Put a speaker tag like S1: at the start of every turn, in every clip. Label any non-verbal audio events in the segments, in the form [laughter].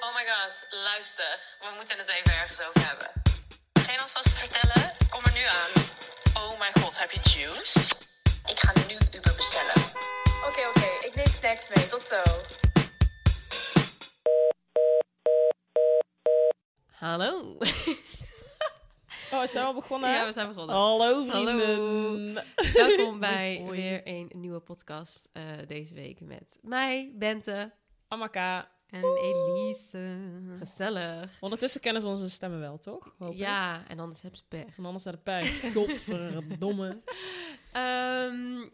S1: Oh my god, luister. We moeten het even ergens over hebben. Geen alvast vertellen? Kom er nu aan. Oh my god, heb je juice? Ik ga nu Uber bestellen. Oké, oké. Ik neem snacks mee. Tot zo.
S2: Hallo.
S3: Oh, we zijn al begonnen.
S2: Ja, we zijn begonnen.
S3: Hallo
S2: Hallo.
S3: vrienden.
S2: Welkom bij
S3: [laughs] Hoi.
S2: weer een nieuwe podcast eh, deze week met mij, Bente
S3: Amaka.
S2: en Elise. Gezellig.
S3: Ondertussen kennen ze onze stemmen wel, toch? Hoop ik.
S2: Ja, en anders heb ze pech.
S3: En anders naar de pijn. Godverdomme.
S2: Ehm,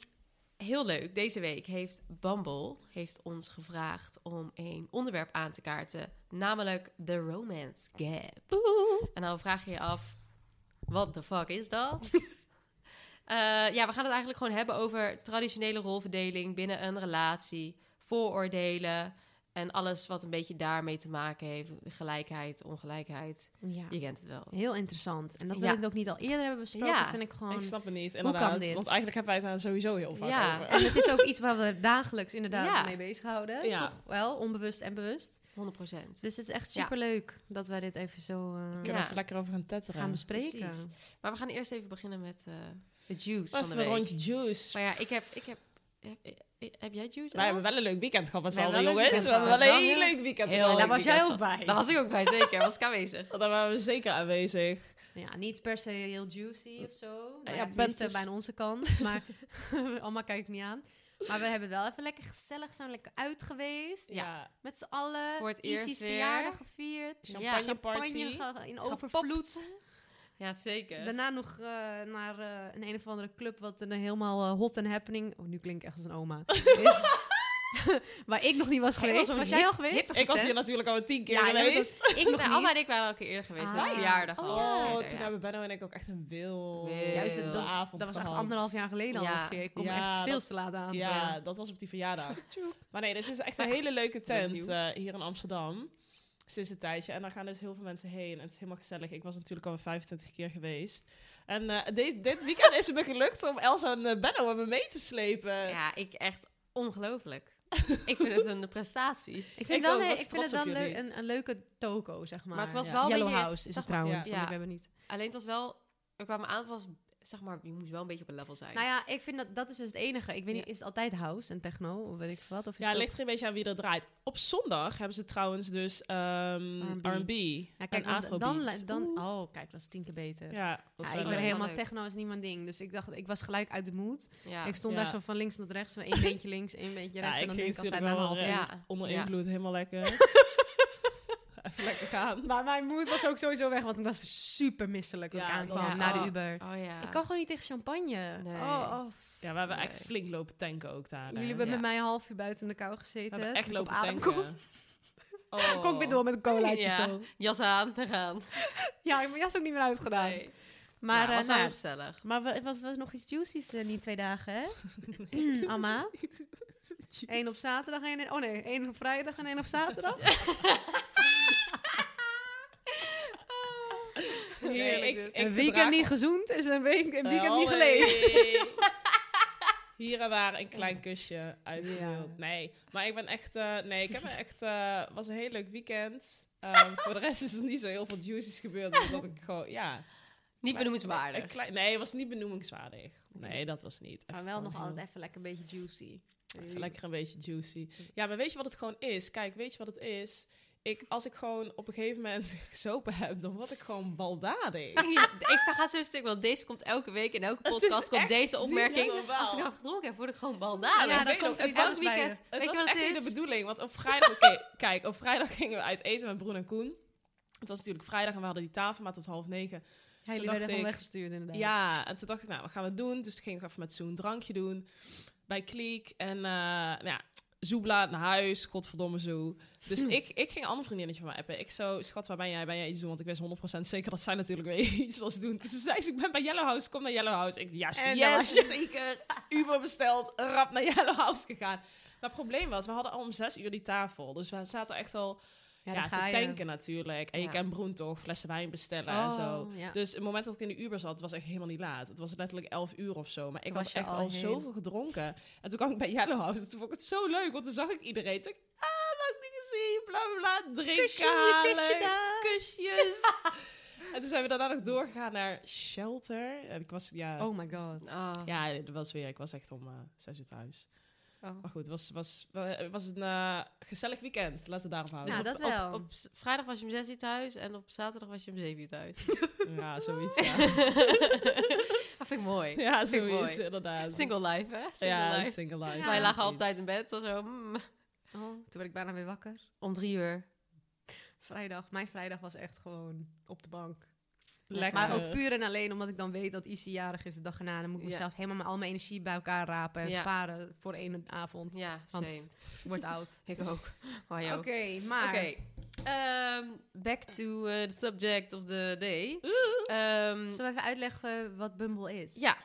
S2: heel leuk. Deze week heeft Bumble heeft ons gevraagd om een onderwerp aan te kaarten, namelijk de romance gap. En dan vraag je je af, wat de fuck is dat?
S3: [laughs]
S2: Eh, ja, we gaan het eigenlijk gewoon hebben over traditionele rolverdeling binnen een relatie, vooroordelen en alles wat een beetje daarmee te maken heeft. Gelijkheid, ongelijkheid.
S4: Ja,
S2: Je kent het wel.
S4: heel interessant. En dat we
S2: Ja.
S4: het ook niet al eerder hebben besproken,
S2: Ja.
S4: vind ik gewoon...
S3: Ik snap het niet, inderdaad.
S4: kan dit?
S3: Want eigenlijk hebben wij het daar sowieso heel vaak
S2: Ja.
S3: over.
S4: [laughs] En het is ook iets waar we dagelijks inderdaad
S2: Ja.
S4: mee bezighouden.
S3: Ja.
S4: Toch wel, onbewust en bewust.
S2: 100 procent.
S4: Dus het is echt
S2: Ja.
S4: superleuk dat wij dit even zo eh,
S3: We kunnen
S2: Ja.
S3: even lekker over gaan tetteren.
S4: gaan bespreken.
S2: precies. Maar we gaan eerst even beginnen met eh, de juice van de
S3: Even een
S2: week.
S3: rondje juice.
S2: Maar ja, ik heb... Ik heb, heb, heb jij juice?
S3: wij hebben
S2: Els?
S3: wel een leuk weekend gehad met z'n
S2: We hebben
S3: allen,
S2: wel een
S3: jongens. We
S2: leuk weekend gehad. Wel
S3: hebben wel een heel leuk weekend.
S2: Heel leuk
S4: daar was jij
S2: weekend
S4: ook bij.
S2: Daar was ik ook bij, zeker. Was ik aanwezig.
S3: Daar waren we zeker aanwezig.
S4: Ja, niet per se heel juicy of zo. Nou
S3: ja,
S4: ja,
S3: Bent
S4: tenminste
S3: is-
S4: bij aan onze
S2: [laughs]
S4: kant. Maar [laughs] allemaal kijk ik niet aan. Maar we hebben wel even lekker gezellig, zijn we lekker uit geweest.
S3: Ja.
S4: Met z'n allen.
S2: Voor het eerst
S4: Isis
S2: weer.
S4: verjaardag gevierd.
S3: Champagne party.
S4: Champagne ge- in overvloed.
S2: Ja, zeker.
S4: Daarna nog eh, naar eh, een een of andere club wat een helemaal eh, hot and happening... Oh, nu klink ik echt als een [laughs] oma. Is- waar ik nog niet was
S2: was
S4: geweest.
S2: een
S4: Was, jij
S2: hip-
S4: al geweest?
S3: Ik was hier natuurlijk al tien keer geweest.
S2: [laughs]
S4: ik nog
S2: nou,
S4: niet.
S2: Alma en ik waren al een keer eerder geweest
S4: Ah.
S2: met de verjaardag.
S4: Oh,
S2: al.
S4: ja.
S3: Oh,
S2: Eerder,
S3: toen
S2: ja.
S3: hebben Benno en ik ook echt een wil
S2: Heel
S4: Juist, dat, dat,
S3: avond
S4: dat was echt
S3: gehad.
S4: anderhalf jaar geleden al
S2: Ja.
S4: ongeveer. Ik kom
S3: Ja,
S4: echt veel
S3: dat-
S4: te laat aan.
S3: Ja, dat was op die verjaardag.
S4: [laughs]
S3: maar nee, dit is echt een
S2: Maar-
S3: hele leuke tent
S2: nieuw.
S3: eh, hier in Amsterdam. Sinds een tijdje. En daar gaan dus heel veel mensen heen. En het is helemaal gezellig. Ik was natuurlijk al 25 keer geweest. En eh, de- dit weekend is het me gelukt om Elsa en eh, Benno met me mee te slepen.
S2: Ja, ik echt ongelooflijk. ik vind het een prestatie.
S4: Ik vind
S3: Ik
S4: wel,
S3: ook,
S4: nee,
S3: was
S4: ik vind
S3: trots
S4: het
S3: op
S4: wel
S3: jullie.
S4: leu- een, een leuke toko, zeg maar.
S2: Maar het was
S4: Ja.
S2: wel
S4: Yellow
S2: weer-
S4: House is
S2: zag
S4: het
S2: maar-
S4: trouwens,
S3: ja.
S4: want
S2: Ja.
S4: ik heb het niet.
S2: Alleen het was wel... Er kwamen aan, het was, zeg maar, je moest wel een beetje op een level zijn.
S4: Nou ja, ik vind dat dat is dus het enige. Ik weet niet, is het altijd house en techno of weet ik veel wat? Of is
S3: Ja,
S4: dat...
S3: ligt er een beetje aan wie dat draait. Op zondag hebben ze trouwens dus ehm,
S4: R&B.
S3: R&B.
S4: Ja, kijk,
S3: en
S4: want dan,
S3: Afrobeats.
S4: dan, dan,
S3: Oeh.
S4: oh, kijk, dat is tien keer beter.
S3: Ja, dat is wel
S4: Ja, ik
S2: leuk.
S4: ben
S3: leuk.
S4: helemaal
S2: Leuk.
S4: techno is niet mijn ding. Dus ik dacht, ik was gelijk uit de mood.
S2: ja.
S4: Ik stond
S3: Ja.
S4: daar zo van links naar rechts, van
S3: [laughs]
S4: één beentje links, één beentje
S3: Ja,
S4: rechts.
S3: ik
S4: en dan
S3: ging
S4: denk ik altijd na een
S3: natuurlijk
S4: half
S3: wel,
S4: uur.
S3: eh,
S2: Ja.
S3: Onder
S2: Ja.
S3: invloed, helemaal
S4: [laughs]
S3: lekker. Even lekker gaan.
S4: Maar mijn moed was ook sowieso weg, want ik was super misselijk toen
S3: Ja,
S4: ik
S3: dat
S4: aankwam
S3: was-
S4: naar
S2: oh.
S4: de Uber.
S2: Oh ja.
S4: Ik kan gewoon niet tegen champagne.
S2: Nee.
S4: Oh, oh.
S3: Ja, we hebben
S2: Nee.
S3: echt flink lopen tanken ook daar. hè.
S4: Jullie hebben
S2: Ja.
S4: met mij een half uur buiten in de kou
S3: we
S4: gezeten.
S3: hebben
S4: zodat
S3: echt
S4: ik
S3: lopen
S4: op adem kon.
S3: tanken. [laughs] Oh.
S4: Toen kon ik weer door met een colaatje
S2: Ja.
S4: zo.
S2: Jas aan, we gaan.
S4: Ja, ik heb mijn jas ook niet meer uitgedaan.
S2: Nee.
S4: Maar,
S2: ja,
S4: eh,
S2: was wel
S4: nou,
S2: heel
S4: [laughs]
S2: gezellig.
S4: maar we- het was, was nog iets juicy's eh, die twee dagen, [laughs] hè? [clears throat] [laughs] Amma? Eén op zaterdag, één... Oh nee, één op vrijdag en één op zaterdag. [laughs]
S3: Heerlijk. Ik, ik
S4: een weekend
S3: verdraag-
S4: niet gezoend is een, week, Eh, een weekend niet
S3: Allee.
S4: geleefd.
S3: Oh, [laughs] Hier en daar een klein kusje uitgedeeld.
S4: Ja.
S3: Nee, maar ik ben echt... eh, nee, ik heb me echt... eh, was een heel leuk weekend. Ehm, voor de rest is er niet zo heel veel juices gebeurd. Omdat ik gewoon... Ja,
S2: Niet
S3: een
S2: benoemenswaardig.
S3: klein, nee, was niet benoemingswaardig. Nee, dat was niet.
S4: Maar
S3: Even
S4: wel nog
S3: gewoon heel-
S4: altijd even lekker een beetje juicy.
S3: Even lekker een beetje juicy. Ja, maar weet je wat het gewoon is? Kijk, weet je wat het is? Ik, als ik gewoon op een gegeven moment [laughs] gezopen heb, dan word ik gewoon baldadig.
S2: ik ga zo stuk, want deze komt elke week. In elke podcast komt
S3: echt
S2: deze opmerking.
S3: niet normaal.
S2: Als ik nou gedronken heb, word ik gewoon baldadig.
S3: Ja,
S4: Ja,
S3: ik
S4: dat
S3: weet
S4: komt
S3: nog,
S4: er
S3: het
S4: iets
S3: was
S4: anders bij
S2: weekend.
S4: je.
S2: Weet
S3: Het
S2: je
S3: was
S2: wat
S3: echt
S2: het
S3: niet de
S2: is?
S3: bedoeling. Want op vrijdag... oké, [laughs] kijk, op vrijdag gingen we uit eten met Broen en Koen. Het was natuurlijk vrijdag en we hadden die tafel maar tot half negen.
S4: Ja,
S3: Zo
S4: jullie
S3: dacht
S4: werden gewoon
S3: ik.
S4: weggestuurd inderdaad.
S3: Ja, en toen dacht ik, nou, wat gaan we doen? Dus ging ik even met Zoen een drankje doen. Bij Kliek. En eh nou ja, Zoebla naar huis. Godverdomme Zoe. Dus
S2: Hm.
S3: ik, ik ging een ander vriendinnetje van mij appen. Ik zo, schat, waar ben jij? Ben jij iets doen? Want ik wist 100% zeker dat zij natuurlijk [laughs] weer iets was doen. Dus toen zei ze, ik ben bij Yellow House. Kom naar Yellow House. Ik, yes,
S4: En daar
S3: yes, zeker. Uber besteld. Rap naar Yellow House gegaan. Maar het probleem was, we hadden al om zes uur die tafel. Dus we zaten echt al ja,
S4: daar ga
S3: te
S4: je.
S3: tanken natuurlijk. En je
S2: Ja.
S3: kent Broen toch, flessen wijn bestellen en zo.
S4: Oh, ja.
S3: Dus het moment dat ik in de Uber zat, het was echt helemaal niet laat. Het was letterlijk 11 uur of zo. Maar ik
S4: Toen
S3: had
S4: was je
S3: echt al,
S4: al heen.
S3: zoveel gedronken. En toen kwam ik bij Yellow House. En toen vond ik het zo leuk, want toen zag ik iedereen. Toen dacht ik, ah, ook dingen zien, bla bla bla. Drinken
S2: Kusje,
S3: halen,
S2: kusje daar.
S3: kusjes. [laughs] en toen zijn we daarna nog doorgegaan naar Shelter. En ik was, ja,
S4: Oh my god.
S2: Ah.
S3: ja, dat was weer, ik was echt om eh zes uur thuis.
S4: Oh.
S3: Maar goed, het was, was, eh, was een eh, gezellig weekend. Laten we het daarop houden.
S4: Ja,
S2: op-
S4: dat
S2: op-
S4: wel.
S2: Op, s- vrijdag was je om 6 uur thuis en op zaterdag was je om 7 uur [laughs] thuis.
S3: Ja, zoiets, ja.
S2: [laughs] dat vind ik mooi.
S3: ja,
S2: Vind ik
S3: zoiets,
S2: mooi.
S3: inderdaad.
S2: Single life, hè? Single
S3: ja,
S2: life.
S3: single life.
S4: Ja.
S2: Wij lagen
S3: Zoiets.
S2: altijd in bed, zo, zo mm,
S4: Oh, toen werd ik bijna weer wakker.
S2: om drie uur.
S4: Vrijdag, mijn vrijdag was echt gewoon op de bank.
S3: Lekker.
S4: Maar ook puur en alleen omdat ik dan weet dat Issy jarig is de dag erna. Dan moet ik
S2: eh, Ja.
S4: mezelf helemaal met al mijn energie bij elkaar rapen en
S2: Ja.
S4: sparen voor één avond.
S2: Ja,
S4: Want
S2: same.
S4: [laughs] Wordt oud.
S2: [laughs] Ik ook. Oh,
S4: Oké,
S2: joh.
S4: maar...
S2: Oké. Ehm, back to eh, the subject of the day. Ehm,
S4: Zullen we even uitleggen wat Bumble is?
S2: ja,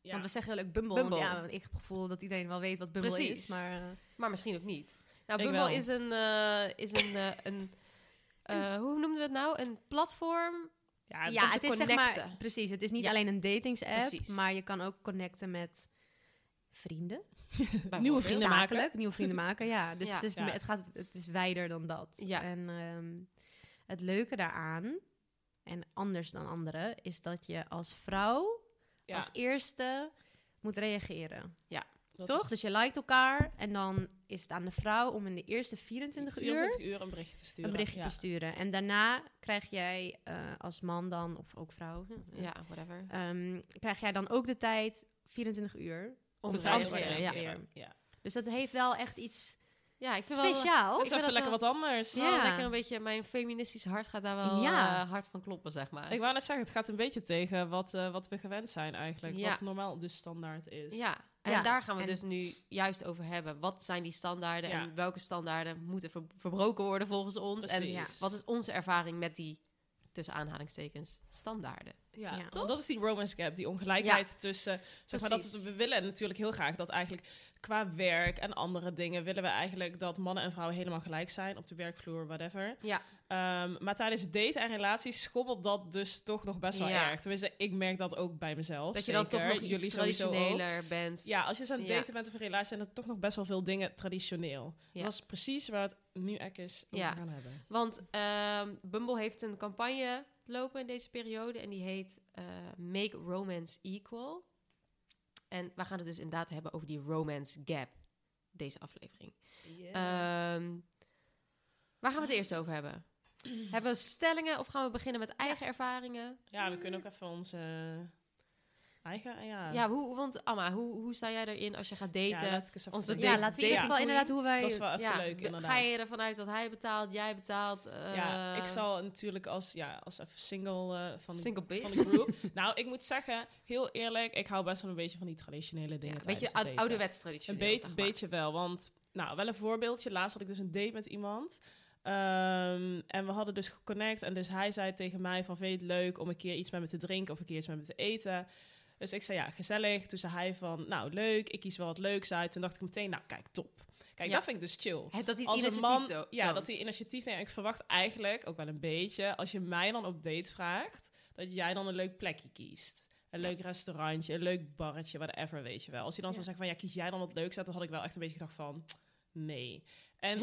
S3: Ja.
S4: Want we zeggen heel leuk Bumble.
S2: Bumble.
S4: Want ja, want ik heb het gevoel dat iedereen wel weet wat Bumble
S2: Precies.
S4: is. Maar eh,
S2: maar misschien ook niet. Nou,
S3: Ik
S2: Bumble
S3: wel.
S2: is een, eh, is een, eh, een eh, hoe noemden we het nou? Een platform.
S3: [laughs] ja,
S4: ja,
S2: [laughs] te
S4: het is zeg maar...
S2: connecten.
S4: Precies, het is niet
S2: Ja.
S4: alleen een datingsapp,
S2: Precies.
S4: maar je kan ook connecten met vrienden.
S3: nieuwe
S2: bijvoorbeeld.
S3: vrienden maken.
S4: Zakelijk, nieuwe vrienden maken, ja.
S2: [laughs]
S4: Dus
S2: Ja.
S4: Het, is,
S3: Ja.
S4: het, gaat, het is wijder dan dat.
S2: Ja.
S4: En ehm, het leuke daaraan, en anders dan anderen, is dat je als vrouw
S3: Ja,
S4: als eerste moet reageren.
S3: dat
S4: toch? Dus je liked elkaar en dan is het aan de vrouw om in de eerste 24, uur
S3: 24 uur een berichtje te sturen.
S4: een berichtje
S3: ja.
S4: te sturen. En daarna krijg jij eh, als man dan, of ook vrouw,
S2: Ja, whatever.
S4: ehm, krijg jij dan ook de tijd 24 uur.
S2: Om
S4: te
S2: te
S3: Om te
S4: reageren,
S2: reageren.
S4: ja.
S2: Oh,
S3: Ja.
S4: Dus dat heeft wel echt iets
S2: Ja, ik vind wel...
S4: speciaals.
S3: Dat is
S2: vind
S3: even
S2: dat
S3: lekker
S2: wel-
S3: wat anders.
S2: Ja,
S4: Ja.
S2: lekker een beetje... Mijn feministisch hart gaat daar wel
S4: Ja.
S2: eh, hard van kloppen, zeg maar.
S3: Ik wou net zeggen, het gaat een beetje tegen wat, eh, wat we gewend zijn eigenlijk.
S2: Ja.
S3: Wat normaal de standaard is.
S2: Ja, en
S4: Ja,
S2: daar gaan we
S4: en-
S2: dus nu juist over hebben. Wat zijn die standaarden
S3: Ja.
S2: en welke standaarden moeten ver- verbroken worden volgens ons? En
S4: ja,
S2: wat is onze ervaring met die, tussen aanhalingstekens, standaarden?
S3: Ja,
S4: Ja.
S3: want
S4: Toch?
S3: dat is die romance gap, die ongelijkheid tussen... Zeg maar dat
S2: Precies.
S3: het- we willen natuurlijk heel graag dat eigenlijk qua werk en andere dingen... willen we eigenlijk dat mannen en vrouwen helemaal gelijk zijn op de werkvloer, whatever.
S2: Ja.
S3: Ehm, maar tijdens daten en relaties schommelt dat dus toch nog best wel
S2: Ja.
S3: erg. Tenminste, ik merk dat ook bij mezelf.
S2: Dat je dan toch
S3: zeker.
S2: nog iets
S3: Jullie sowieso ook.
S2: traditioneler bent.
S3: Ja, als je zo'n aan het
S2: Ja.
S3: daten bent of een relatie... zijn er toch nog best wel veel dingen traditioneel.
S2: Ja.
S3: Dat is precies waar we het nu echt eens over
S2: Ja.
S3: gaan hebben.
S2: Want ehm, Bumble heeft een campagne lopen in deze periode en die heet eh, Make Romance Equal. En we gaan het dus inderdaad hebben over die romance gap, deze aflevering. Ehm, waar gaan we het eerst over hebben? hebben we stellingen of gaan we beginnen met eigen ervaringen?
S3: ja, we kunnen ook even onze eigen... Ja,
S2: Ja, hoe, want Amma, hoe, hoe sta jij erin als je gaat daten?
S3: laat ik eens even
S2: Onze
S3: denken.
S4: Ja,
S2: date-
S4: laten we in ieder
S2: Ja.
S4: geval inderdaad hoe wij...
S3: Dat is wel even
S2: Ja,
S3: leuk,
S2: b-
S3: inderdaad.
S2: Ga je ervan uit dat hij betaalt, jij betaalt?
S3: ja,
S2: eh,
S3: ik zal natuurlijk als, ja, als even single eh, van, de,
S2: Single
S3: van
S2: bitch.
S3: de groep...
S2: [laughs]
S3: nou, ik moet zeggen, heel eerlijk, ik hou best wel een beetje van die traditionele dingen
S2: Ja, een
S3: tijdens
S2: beetje
S3: het
S2: oud,
S3: daten.
S2: ouderwets
S3: Een
S2: traditioneel.
S3: beetje,
S2: zeg maar.
S3: beetje wel, want... Nou, wel een voorbeeldje. Laatst had ik dus een date met iemand. Ehm, en we hadden dus geconnect. En dus hij zei tegen mij van... Vind je het leuk om een keer iets met me te drinken... of een keer iets met me te eten? Dus ik zei ja, gezellig. Toen zei hij van... Nou, leuk. Ik kies wel wat leuks uit. Toen dacht ik meteen... Nou, kijk, top. Kijk,
S2: Ja.
S3: [laughs] dat vind ik dus chill
S2: Het- dat hij het
S3: als een
S2: initiatief
S3: man,
S2: to-
S3: ja,
S2: toont.
S3: dat hij initiatief neemt. Ik verwacht eigenlijk ook wel een beetje, als je mij dan op date vraagt, dat jij dan een leuk plekje kiest. Een leuk restaurantje, een leuk barretje, whatever, weet je wel. Als hij dan
S4: Ja.
S3: zou zeggen van, ja, kies jij dan wat leuks uit, dan had ik wel echt een beetje gedacht van, nee. En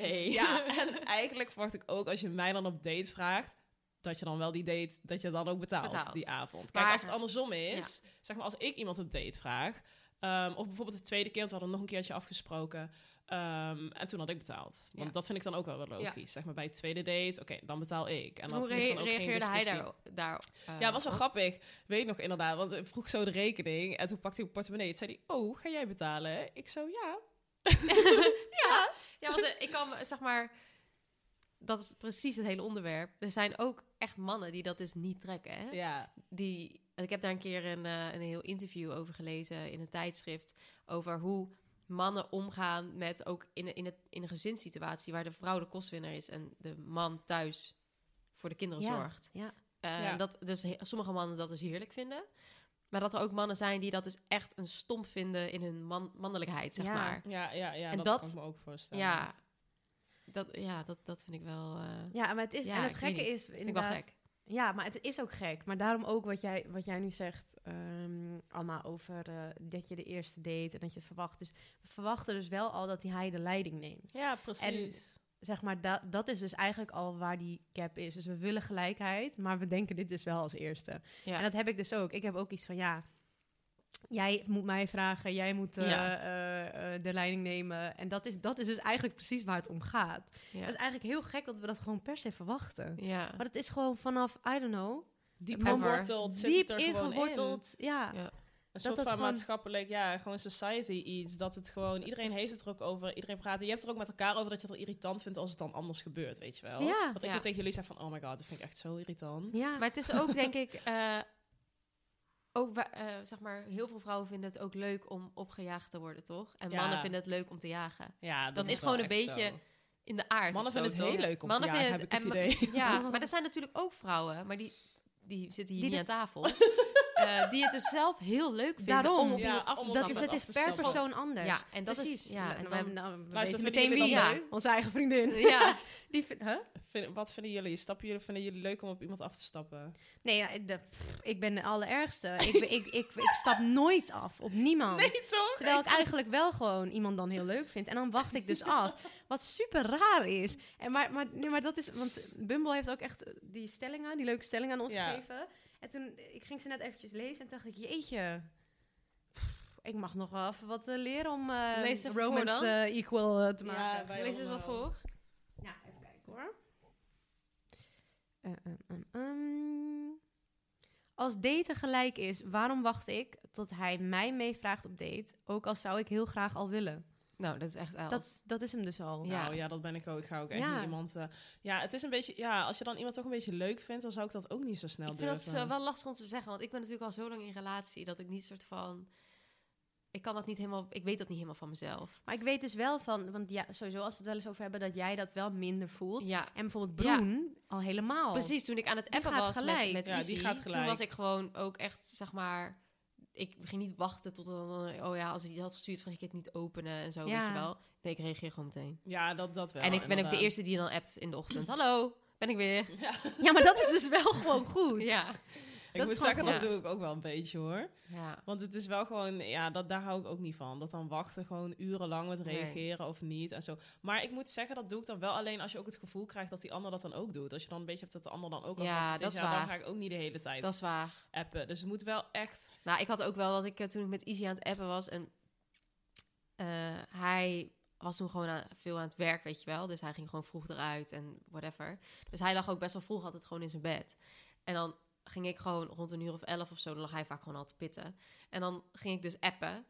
S2: [laughs] Nee.
S3: [laughs] ja,
S2: [laughs]
S3: en eigenlijk verwacht ik ook, als je mij dan op date vraagt, dat je dan wel die date, dat je dan ook betaalt,
S2: Betaalt.
S3: die avond. Kijk,
S2: Maar-
S3: als het andersom is, zeg maar, als ik iemand op date vraag, ehm, of bijvoorbeeld de tweede keer, want we hadden nog een keertje afgesproken, Ehm, en toen had ik betaald. Want
S2: Ja.
S3: dat vind ik dan ook wel weer logisch. Zeg maar bij het tweede date, oké, dan betaal ik. En dat
S2: Hoe
S3: is
S2: re-
S3: dan ook geen
S2: reageerde hij
S3: discussie.
S2: daar? daar eh,
S3: Ja, was wel
S2: op?
S3: grappig. Weet ik nog inderdaad. Want ik vroeg zo de rekening. En toen pakte hij mijn portemonnee. Toen zei hij, oh, ga jij betalen? Ik zo, ja.
S2: Ja, ja want eh, ik kan me, zeg maar... Dat is precies het hele onderwerp. Er zijn ook echt mannen die dat dus niet trekken. Hè?
S3: Ja.
S2: die. Ik heb daar een keer een, eh, een heel interview over gelezen in een tijdschrift. Over hoe mannen omgaan met ook in, een- in, het, in een gezinssituatie waar de vrouw de kostwinner is en de man thuis voor de kinderen
S4: Ja,
S2: zorgt.
S4: ja.
S2: Eh,
S3: Ja.
S2: en Dat, dus he- sommige mannen dat dus heerlijk vinden. Maar dat er ook mannen zijn die dat dus echt een stomp vinden in hun man, mannelijkheid, zeg
S4: Ja.
S2: maar.
S3: Ja, ja, ja.
S2: En
S3: dat,
S2: dat-
S3: kan ik me ook voorstellen.
S2: Ja, dat, ja dat, dat vind ik wel... eh,
S4: Ja, maar het is,
S2: Ja,
S4: en
S2: ik
S4: het
S2: weet
S4: gekke
S2: niet.
S4: is
S2: vind ik wel
S4: inderdaad
S2: gek.
S4: Ja, maar het is ook gek. Maar daarom ook wat jij, wat jij nu zegt, ehm Anna, over eh, dat je de eerste date en dat je het verwacht. Dus we verwachten dus wel al dat hij de leiding neemt.
S3: Ja, precies.
S4: Zeg maar, da dat is dus eigenlijk al waar die gap is. Dus we willen gelijkheid, maar we denken dit dus wel als eerste.
S2: Ja.
S4: En dat heb ik dus ook. Ik heb ook iets van, ja, jij moet mij vragen, jij moet eh,
S2: Ja.
S4: eh, eh, de leiding nemen. En dat is, dat is dus eigenlijk precies waar het om gaat.
S2: Ja.
S4: Het is eigenlijk heel gek dat we dat gewoon per se verwachten.
S2: Ja.
S4: Maar dat is gewoon vanaf, I don't know,
S3: diep
S2: Ever.
S3: geworteld zit
S4: diep
S3: het er gewoon in.
S4: ingeworteld. Ja.
S2: Ja.
S3: Een soort
S4: dat
S3: van
S4: gewoon-
S3: maatschappelijk, ja, gewoon society iets. Dat het gewoon, iedereen heeft het er ook over, iedereen praat. En je hebt er ook met elkaar over dat je het al irritant vindt als het dan anders gebeurt, weet je wel.
S4: Ja.
S3: Want ik
S2: Ja.
S3: heb tegen jullie zeg van, oh my god, dat vind ik echt zo irritant.
S4: ja.
S2: Maar het is ook, [laughs] denk
S3: [laughs]
S2: ik, eh, ook, wa- eh, zeg maar, heel veel vrouwen vinden het ook leuk om opgejaagd te worden, toch? En
S3: Ja.
S2: mannen vinden het leuk om te jagen.
S3: Ja, dat,
S2: Dat is
S3: wel
S2: gewoon een
S3: echt
S2: beetje
S3: zo.
S2: In de aard.
S3: Mannen
S2: of zo,
S3: vinden het
S2: toch?
S3: heel leuk om te jagen,
S2: vinden
S3: heb ik
S2: en
S3: het
S2: ma- Ja, maar er zijn natuurlijk ook vrouwen, maar die, die zitten hier niet
S4: Die
S2: aan [laughs] tafel. eh, die het dus zelf heel leuk vinden
S4: Daarom.
S2: [laughs] om op
S3: Ja,
S2: iemand af te
S3: om op
S4: dat
S2: stappen.
S4: is, het
S3: af
S4: is
S3: te
S4: per
S3: stappen.
S4: persoon anders.
S2: Ja, en dat
S4: Precies.
S2: is... Ja, en
S4: nou,
S2: dan,
S4: nou, we
S3: Luister,
S4: weten
S3: vinden
S4: meteen wie.
S3: jullie dat
S4: Ja,
S3: leuk?
S4: onze eigen vriendin.
S2: [laughs] ja,
S4: Die vind- huh?
S3: Vind- wat vinden jullie? Stappen jullie, vinden jullie leuk om op iemand af te stappen?
S4: Nee, ja, de- pff, ik ben de allerergste. ik, ik, ik, ik, ik stap nooit af op niemand.
S3: toch?
S4: Terwijl ik eigenlijk wel gewoon iemand dan heel leuk vind. En dan wacht ik dus af. Wat super raar is. En maar, maar, nee, maar dat is... Want Bumble heeft ook echt die stellingen, die leuke stellingen aan ons
S3: Ja.
S4: gegeven. En toen, ik ging ze net eventjes lezen en dacht ik, jeetje. Pff, Ik mag nog wel even wat eh, leren om eh,
S2: Lees even voor dan.
S4: romance eh, equal eh, te
S3: Ja,
S4: maken.
S3: wij
S2: lees eens wat
S3: allemaal.
S2: voor.
S4: Ja,
S2: Nou,
S4: even kijken hoor. Eh, ehm, ehm, ehm. Als daten gelijk is, waarom wacht ik tot hij mij meevraagt op date? Ook al zou ik heel graag al willen.
S2: Nou, dat is echt Els.
S4: Dat, dat is hem dus al.
S2: Ja.
S3: Nou ja, dat ben ik ook. Ik ga ook echt
S4: Ja.
S3: niet iemand... eh, ja, het is een beetje... Ja, als je dan iemand toch een beetje leuk vindt, dan zou ik dat ook niet zo snel
S2: ik vind
S3: durven.
S2: dat zo wel lastig om te zeggen, want ik ben natuurlijk al zo lang in relatie dat ik niet soort van... Ik kan dat niet helemaal... Ik weet dat niet helemaal van mezelf.
S4: Maar ik weet dus wel van, want ja, sowieso als we het wel eens over hebben, dat jij dat wel minder voelt.
S2: Ja,
S4: En bijvoorbeeld
S2: Ja.
S4: Broen al helemaal.
S2: precies. Toen ik aan het appen was
S4: gaat
S2: met,
S4: gelijk.
S2: met
S3: Ja, die
S2: Izzy,
S3: gaat
S2: toen
S3: gelijk.
S2: was ik gewoon ook echt, zeg maar... Ik ging niet wachten tot dan... eh, Oh ja, als hij die had gestuurd, ging ik het niet openen en zo,
S4: Ja.
S2: weet je wel. Nee, ik reageer gewoon meteen.
S3: Ja, dat, dat wel.
S2: en ik ben ook
S3: inderdaad.
S2: de eerste die je dan appt in de ochtend. Hallo, ben ik weer.
S4: Ja, maar dat is dus wel gewoon
S2: [laughs]
S4: goed.
S2: Ja.
S3: Ik
S4: Dat
S3: moet
S4: is gewoon
S3: zeggen, dat
S2: goed.
S3: doe ik ook wel een beetje hoor.
S2: ja.
S3: Want het is wel gewoon, ja, dat, daar hou ik ook niet van. Dat dan wachten gewoon urenlang met
S2: Nee.
S3: reageren of niet en zo. Maar ik moet zeggen, dat doe ik dan wel alleen als je ook het gevoel krijgt dat die ander dat dan ook doet. Als je dan een beetje hebt dat de ander dan ook al
S2: Ja,
S3: wacht,
S2: dat is waar.
S3: Dan ga ik ook niet de hele tijd
S2: Dat is waar.
S3: appen. Dus het moet wel
S2: [laughs]
S3: echt...
S2: Nou, ik had ook wel dat ik eh, toen ik met Izzy aan het appen was en eh, hij was toen gewoon aan- veel aan het werk, weet je wel. Dus hij ging gewoon vroeg eruit en whatever. Dus hij lag ook best wel vroeg altijd gewoon in zijn bed. En dan ging ik gewoon rond een uur of elf of zo, dan lag hij vaak gewoon al te pitten. En dan ging ik dus appen,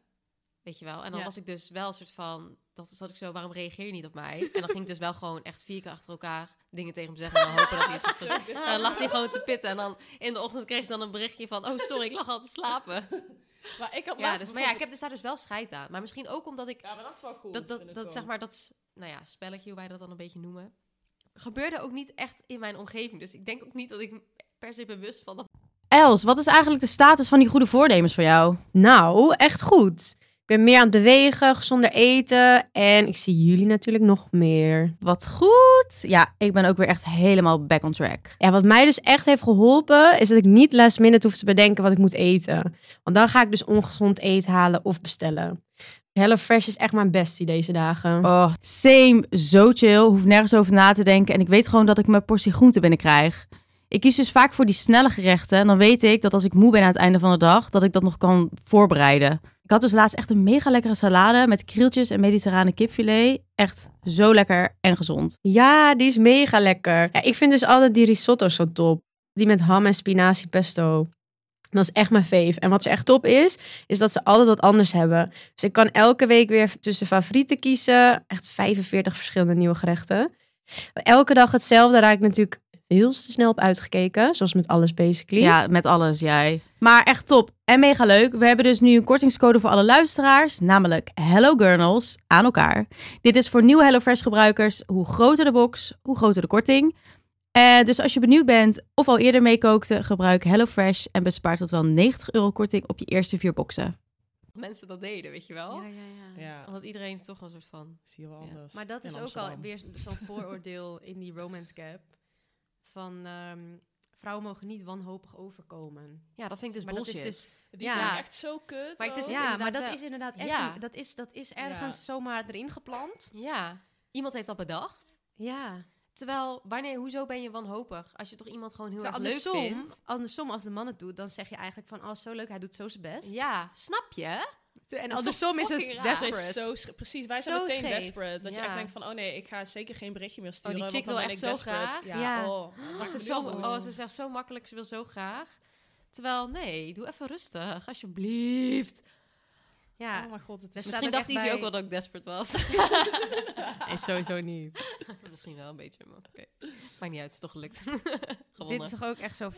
S2: weet je wel. En dan
S3: Ja.
S2: was ik dus wel een soort van, dat zat ik zo, waarom reageer je niet op mij? En dan ging ik dus wel gewoon echt vier keer achter elkaar dingen tegen hem zeggen en dan hopen dat hij iets terug [laughs]
S3: Ja. [laughs]
S2: nou, dan lag hij gewoon te pitten. En dan in de ochtend kreeg ik dan een berichtje van... oh, sorry, ik lag al te [laughs] slapen.
S3: Maar ik had
S2: Ja,
S3: laatst
S2: dus, maar ja, ik heb dus daar dus wel scheid aan. Maar misschien ook omdat ik...
S3: bijvoorbeeld- Ja, maar dat is wel goed.
S2: Dat,
S3: vind
S2: dat,
S3: ik
S2: dat
S3: ook.
S2: zeg maar, dat s- nou ja, spelletje, hoe wij dat dan een beetje noemen... gebeurde ook niet echt in mijn omgeving. Dus ik denk ook niet dat ik per se bewust van... dat-
S4: Els, wat is eigenlijk de status van die goede voornemens voor jou? Nou, echt goed. Ik ben meer aan het bewegen, gezonder eten en ik zie jullie natuurlijk nog meer.
S5: Wat goed. Ja, ik ben ook weer echt helemaal back on track.
S4: Ja, wat mij dus echt heeft geholpen is dat ik niet last minute hoef te bedenken wat ik moet eten. Want dan ga ik dus ongezond eten halen of bestellen. HelloFresh is echt mijn bestie deze dagen.
S5: Oh, same. Zo chill. Hoef nergens over na te denken. En ik weet gewoon dat ik mijn portie groente binnenkrijg. Ik kies dus vaak voor die snelle gerechten. En dan weet ik dat als ik moe ben aan het einde van de dag, dat ik dat nog kan voorbereiden. Ik had dus laatst echt een mega lekkere salade met krieltjes en mediterrane kipfilet. Echt zo lekker en gezond.
S4: Ja, die is mega lekker. Ja, ik vind dus altijd die risotto zo top. Die met ham en spinazie pesto. Dat is echt mijn fave. En wat ze echt top is, is dat ze altijd wat anders hebben. Dus ik kan elke week weer tussen favorieten kiezen. Echt 45 verschillende nieuwe gerechten. Elke dag hetzelfde raak ik natuurlijk heel te snel op uitgekeken. Zoals met alles basically.
S5: Ja, met alles, jij. Maar echt top en mega leuk. We hebben dus nu een kortingscode voor alle luisteraars, namelijk Hello Gurnals aan elkaar. Dit is voor nieuwe HelloFresh gebruikers. Hoe groter de box, hoe groter de korting. Eh, dus als je benieuwd bent of al eerder meekookte, gebruik HelloFresh en bespaart tot wel 90 euro korting op je eerste vier boxen.
S2: Mensen dat deden, weet je wel.
S3: Ja,
S2: Want iedereen is toch een soort van...
S3: zie je wel
S2: Ja.
S3: anders.
S4: Maar dat
S3: In
S4: is ook
S3: Amsterdam.
S4: alweer zo'n vooroordeel in die romance gap. Van, ehm, vrouwen mogen niet wanhopig overkomen.
S2: Ja, dat vind ik dus
S4: Maar dat is
S2: bullshit.
S4: dus-
S3: Die
S4: Ja.
S3: vind ik echt zo kut.
S2: Maar het is-
S3: ook.
S2: Ja,
S4: ja, maar
S2: inderdaad
S4: dat
S2: wel-
S4: is inderdaad echt...
S2: Ja.
S4: een- dat, is, dat is ergens zomaar erin geplant.
S2: Ja, iemand heeft dat bedacht.
S4: Ja.
S2: Terwijl, wanneer, hoezo ben je wanhopig? Als je toch iemand gewoon heel
S4: Terwijl
S2: erg leuk
S4: andersom,
S2: vindt.
S4: andersom, als de man het doet, dan zeg je eigenlijk van... Oh, zo leuk, hij doet zo zijn best.
S2: Ja, snap je?
S4: En
S2: is
S4: andersom
S2: toch
S4: is het
S2: fucking raar?
S3: Wij zijn
S4: desperate.
S3: zo sch- precies, wij zijn
S4: Zo
S3: meteen
S4: scheef.
S3: desperate. Dat
S2: Ja.
S3: je echt denkt van, oh nee, ik ga zeker geen berichtje meer sturen.
S2: die chick
S3: want dan
S2: wil
S3: ben
S2: echt
S3: ik
S2: zo
S3: desperate.
S2: graag.
S3: Ja.
S4: Ja.
S3: Oh,
S2: Als ze, zo, oh, ze zegt zo makkelijk, ze wil zo graag. Terwijl, nee, doe even rustig, alsjeblieft.
S4: Ja,
S3: Oh mijn god, het
S4: Dus
S3: is...
S4: staat
S2: Misschien
S4: ook
S2: dacht
S4: echt
S2: Izzy
S4: bij-
S2: ook wel dat ik desperate [laughs] was.
S6: Nee, sowieso niet.
S2: [laughs] Misschien wel een beetje, maar oké. [laughs] Maakt niet uit, het is toch gelukt.
S4: dit is
S2: [laughs] Gewonnen.
S4: toch ook echt zo. 44%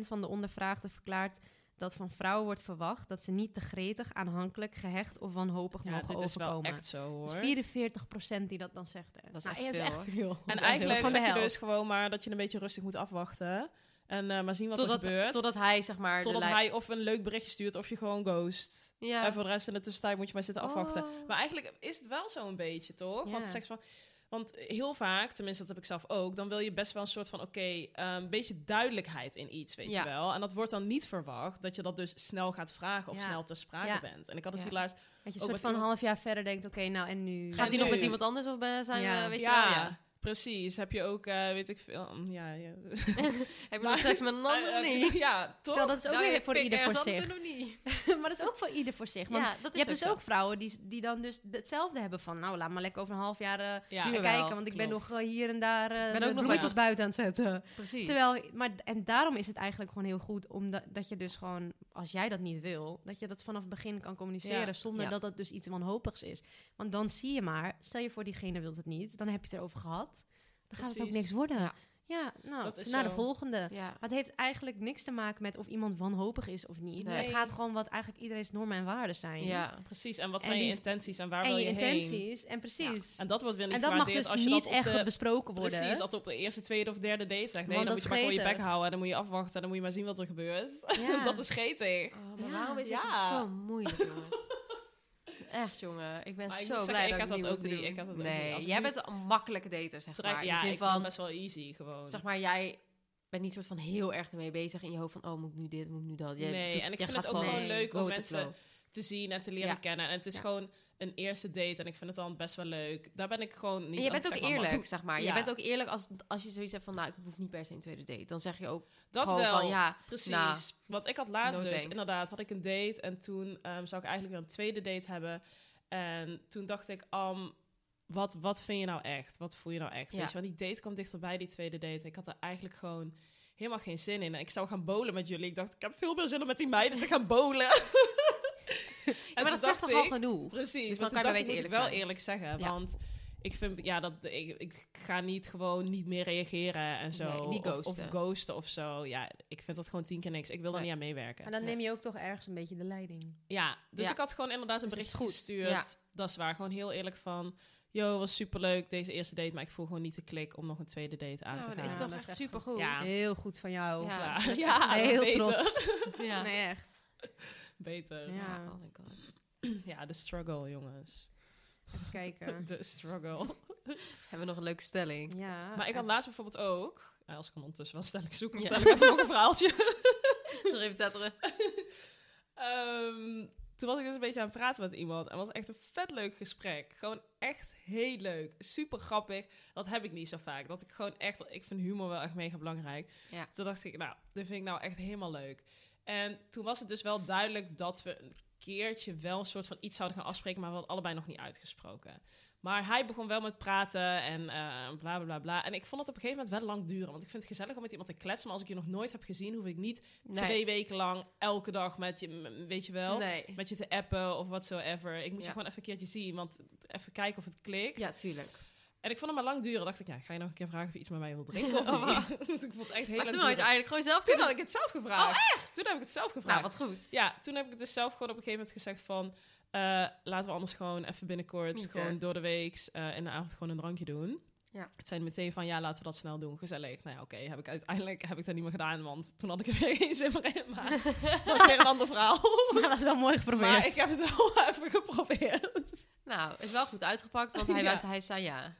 S4: van de ondervraagden verklaart dat van vrouwen wordt verwacht... dat ze niet te gretig, aanhankelijk, gehecht of wanhopig
S3: Ja,
S4: mogen
S3: dit is wel
S4: overkomen.
S3: echt zo, hoor.
S4: Dus 44% die dat dan zegt. hè.
S2: Dat is
S4: Nou,
S2: echt veel, hoor.
S3: En
S4: is echt heel
S3: eigenlijk
S4: veel.
S3: zeg je
S4: Gewoon de
S3: dus gewoon maar dat je een beetje rustig moet afwachten. En eh, maar zien wat er
S2: Totdat,
S3: gebeurt. Totdat,
S2: totdat hij, zeg maar... de lijn-
S3: hij of een leuk berichtje stuurt of je gewoon ghost.
S2: Ja.
S3: En voor de rest in de tussentijd moet je maar zitten afwachten.
S2: Oh.
S3: Maar eigenlijk is het wel zo'n beetje, toch?
S4: Ja.
S3: Want, seks van, want heel vaak, tenminste dat heb ik zelf ook... dan wil je best wel een soort van, oké, eh, een beetje duidelijkheid in iets, weet
S2: Ja.
S3: je wel. En dat wordt dan niet verwacht, dat je dat dus snel gaat vragen of
S4: Ja.
S3: snel ter sprake
S4: Ja.
S3: bent. En ik had het
S4: Ja.
S3: hier laatst...
S4: Dat je
S3: Ook
S4: een soort
S3: met
S4: van een
S3: iemand-
S4: half jaar verder denkt, oké, nou en nu...
S2: Gaat hij nog
S3: nu.
S2: met iemand anders of eh, zijn
S4: Ja.
S2: we, weet
S3: ja,
S2: je wel, ja.
S3: precies. Heb je ook, eh, weet ik veel... mm, Ja, ja.
S2: Heb je nog seks met een ander of
S3: Eh, eh,
S2: niet?
S3: [laughs] Ja, toch?
S4: Terwijl dat is ook
S2: Nou,
S4: weer
S2: je
S4: voor
S2: pik
S4: ieder voor
S2: ergens
S4: zich.
S2: anders in of niet?
S4: [laughs] maar dat is ook voor ieder voor zich. Want
S2: Ja, dat
S4: je
S2: is
S4: hebt dus
S2: zo.
S4: ook vrouwen die, die dan dus hetzelfde hebben van... nou, laat maar lekker over een half jaar eh,
S3: Ja.
S4: zien we
S2: Ja, wel,
S4: kijken... want ik ben
S2: klopt.
S4: nog eh, hier en daar eh
S2: ben
S4: de
S2: ook nog
S4: bloemetjes
S2: wat.
S4: buiten aan het zetten.
S2: Precies.
S4: Terwijl, maar, en daarom is het eigenlijk gewoon heel goed... omdat dat je dus gewoon, als jij dat niet wil... dat je dat vanaf het begin kan communiceren...
S3: Ja.
S4: zonder
S2: Ja.
S4: dat dat dus iets wanhopigs is. Want dan zie je maar... stel je voor, diegene wil het niet... dan heb je het erover gehad... dan gaat het ook
S3: Precies.
S4: niks worden.
S2: Ja.
S4: Ja, nou,
S3: Dat
S4: naar
S3: is
S4: de
S3: zo.
S4: volgende.
S2: ja.
S4: Maar het heeft eigenlijk niks te maken met of iemand wanhopig is of niet.
S2: Nee.
S4: Het gaat gewoon wat eigenlijk iedereen's normen en waarden zijn.
S2: ja.
S3: [laughs] Precies, en wat
S4: En
S3: zijn je
S4: die-
S3: intenties en waar
S4: En
S3: wil
S4: je,
S3: je, heen?
S4: intenties. En precies.
S3: En dat wordt weer niet
S4: En dat mag
S3: gewaardeerd
S4: dus
S3: als je
S4: niet
S3: dat op
S4: echt
S3: de,
S4: besproken worden.
S3: Precies, dat op de eerste, tweede of derde date zegt. Nee,
S4: Want
S3: dan
S4: dat
S3: moet je maar gewoon je
S4: scheet
S3: bek
S4: het.
S3: houden en dan moet je afwachten en dan moet je maar zien wat er gebeurt.
S4: Ja.
S3: dat is getig.
S2: Oh, maar
S4: Ja.
S2: waarom is het
S3: Ja.
S2: zo moeilijk,
S3: [laughs]
S2: jongens? Echt, jongen. Ik ben
S3: Maar ik
S2: zo
S3: moet zeggen,
S2: blij
S3: ik
S2: dat
S3: had
S2: ik
S3: dat
S2: niet
S3: ook niet. Ik had dat ook
S2: nee,
S3: niet. Als ik
S2: jij
S3: nu-
S2: bent een makkelijke dater, zeg
S3: Trek,
S2: maar.
S3: ja,
S2: in de zin
S3: ik vond
S2: van,
S3: het best wel easy gewoon.
S2: zeg maar, jij bent niet soort van heel erg ermee bezig in je hoofd van, oh, moet ik nu dit, moet ik nu dat? Jij
S3: Nee,
S2: doet-
S3: en ik
S2: jij
S3: vind het
S2: gaat
S3: ook gewoon leuk
S2: go
S3: om
S2: with the
S3: mensen
S2: flow.
S3: Te zien en te leren
S2: Ja.
S3: kennen. En het is
S2: Ja.
S3: gewoon een eerste date en ik vind het dan best wel leuk. Daar ben ik gewoon niet
S2: En je
S3: aan,
S2: bent ook
S3: zeg maar, maar
S2: eerlijk,
S3: goed,
S2: zeg maar. Je
S3: Ja.
S2: bent ook eerlijk als, als je zoiets hebt van, nou, ik hoef niet per se een tweede date. Dan zeg je ook
S3: Dat
S2: gewoon
S3: wel.
S2: van, ja,
S3: Precies.
S2: Nou,
S3: Want ik had
S2: no
S3: laatst dus,
S2: thanks.
S3: inderdaad, had ik een date. En toen ehm, zou ik eigenlijk weer een tweede date hebben. En toen dacht ik, am, wat, wat vind je nou echt? Wat voel je nou echt?
S2: Ja.
S3: Weet je wel, die date kwam dichterbij, die tweede date. Ik had er eigenlijk gewoon helemaal geen zin in. En ik zou gaan bowlen met jullie. Ik dacht, ik heb veel meer zin om met die meiden te gaan bowlen. [laughs]
S2: ja, maar dat zegt toch al genoeg?
S3: Precies,
S2: Dus
S3: dus
S2: dan
S3: dan
S2: kan je
S3: kan
S2: maar
S3: ik
S2: beter
S3: wel
S2: eerlijk
S3: eerlijk zeggen.
S2: Ja.
S3: Want ik vind, ja, dat ik, ik ga niet gewoon niet meer reageren en zo.
S2: Nee, niet
S3: Of- Of,
S2: ghosten.
S3: ghosten of zo. Ja, ik vind dat gewoon tien keer niks. Ik wil daar
S2: Nee.
S3: niet aan meewerken.
S4: Maar dan neem je ook toch ergens een beetje de leiding.
S3: Ja, dus
S2: Ja.
S3: ik had gewoon inderdaad een
S2: Dus het is
S3: berichtje
S2: goed.
S3: gestuurd.
S2: Ja.
S3: Dat is waar. Gewoon heel eerlijk van... Yo, was superleuk deze eerste date, maar ik voel gewoon niet de klik om nog een tweede date aan
S2: Nou,
S3: te
S2: dat is
S3: gaan.
S2: toch
S4: dat is
S2: echt
S4: echt
S2: supergoed.
S3: Ja.
S4: Heel goed van jou.
S2: Ja.
S3: [laughs] Ja,
S2: dat is
S3: ja,
S4: echt heel
S3: beter.
S4: trots.
S2: [laughs] Ja.
S4: Nee, echt.
S3: [laughs] Beter. Ja.
S4: Ja.
S2: Ja, oh my god.
S3: de struggle, jongens.
S4: Even
S2: [laughs]
S3: [laughs]
S4: kijken.
S3: De struggle.
S2: Ah, Hebben we nog een leuke
S3: [laughs]
S2: stelling?
S4: Ja.
S3: maar ik had
S4: echt.
S3: laatst bijvoorbeeld ook... nou, als ik hem ondertussen wel stel ik zoek,
S2: Ja.
S3: vertel ik even nog een verhaaltje.
S2: Nog even tetteren.
S3: Ehm, toen was ik dus een beetje aan het praten met iemand. En het was echt een vet leuk gesprek. Gewoon echt heel leuk. Super grappig. Dat heb ik niet zo vaak. Dat ik gewoon echt... Ik vind humor wel echt mega belangrijk.
S2: Ja.
S3: Toen dacht ik, nou, dit vind ik nou echt helemaal leuk. En toen was het dus wel duidelijk dat we een keertje wel een soort van iets zouden gaan afspreken. Maar we hadden allebei nog niet uitgesproken. Maar hij begon wel met praten en eh, bla bla bla bla. En ik vond het op een gegeven moment wel lang duren. Want ik vind het gezellig om met iemand te kletsen. Maar als ik je nog nooit heb gezien, hoef ik niet
S2: Nee.
S3: twee weken lang elke dag met je, m- weet je wel,
S2: Nee.
S3: met je te appen of whatsoever. Ik moet
S2: Ja.
S3: je gewoon even een keertje zien, want even kijken of het klikt.
S2: Ja, tuurlijk.
S3: En ik vond het maar lang duren. Dacht ik, ja, ga je nog een keer vragen of je iets met mij wil drinken of
S2: [laughs] Oh,
S3: niet? [laughs] Dus ik vond het echt heel
S2: Maar
S3: lang
S2: toen had je
S3: duren.
S2: eigenlijk gewoon zelf
S3: Toen had ik het zelf gevraagd. Toen heb ik het zelf
S2: Nou,
S3: gevraagd.
S2: wat goed.
S3: Ja, toen heb ik het dus zelf gewoon op een gegeven moment gezegd van... eh, laten we anders gewoon even binnenkort,
S2: Niet, hè?
S3: gewoon door de week... eh, in de avond gewoon een drankje doen.
S2: Ja.
S3: Het zijn meteen van, ja, laten we dat snel doen, gezellig. Nou ja, oké, heb ik uiteindelijk heb ik dat niet meer gedaan, want toen had ik er [laughs] weer geen zin meer in. Maar dat is weer een ander verhaal.
S4: [laughs] Maar dat is wel mooi geprobeerd.
S3: Maar ik heb het wel [laughs] even geprobeerd.
S2: Nou, is wel goed uitgepakt, want hij,
S3: [laughs] Ja.
S2: was, hij zei ja.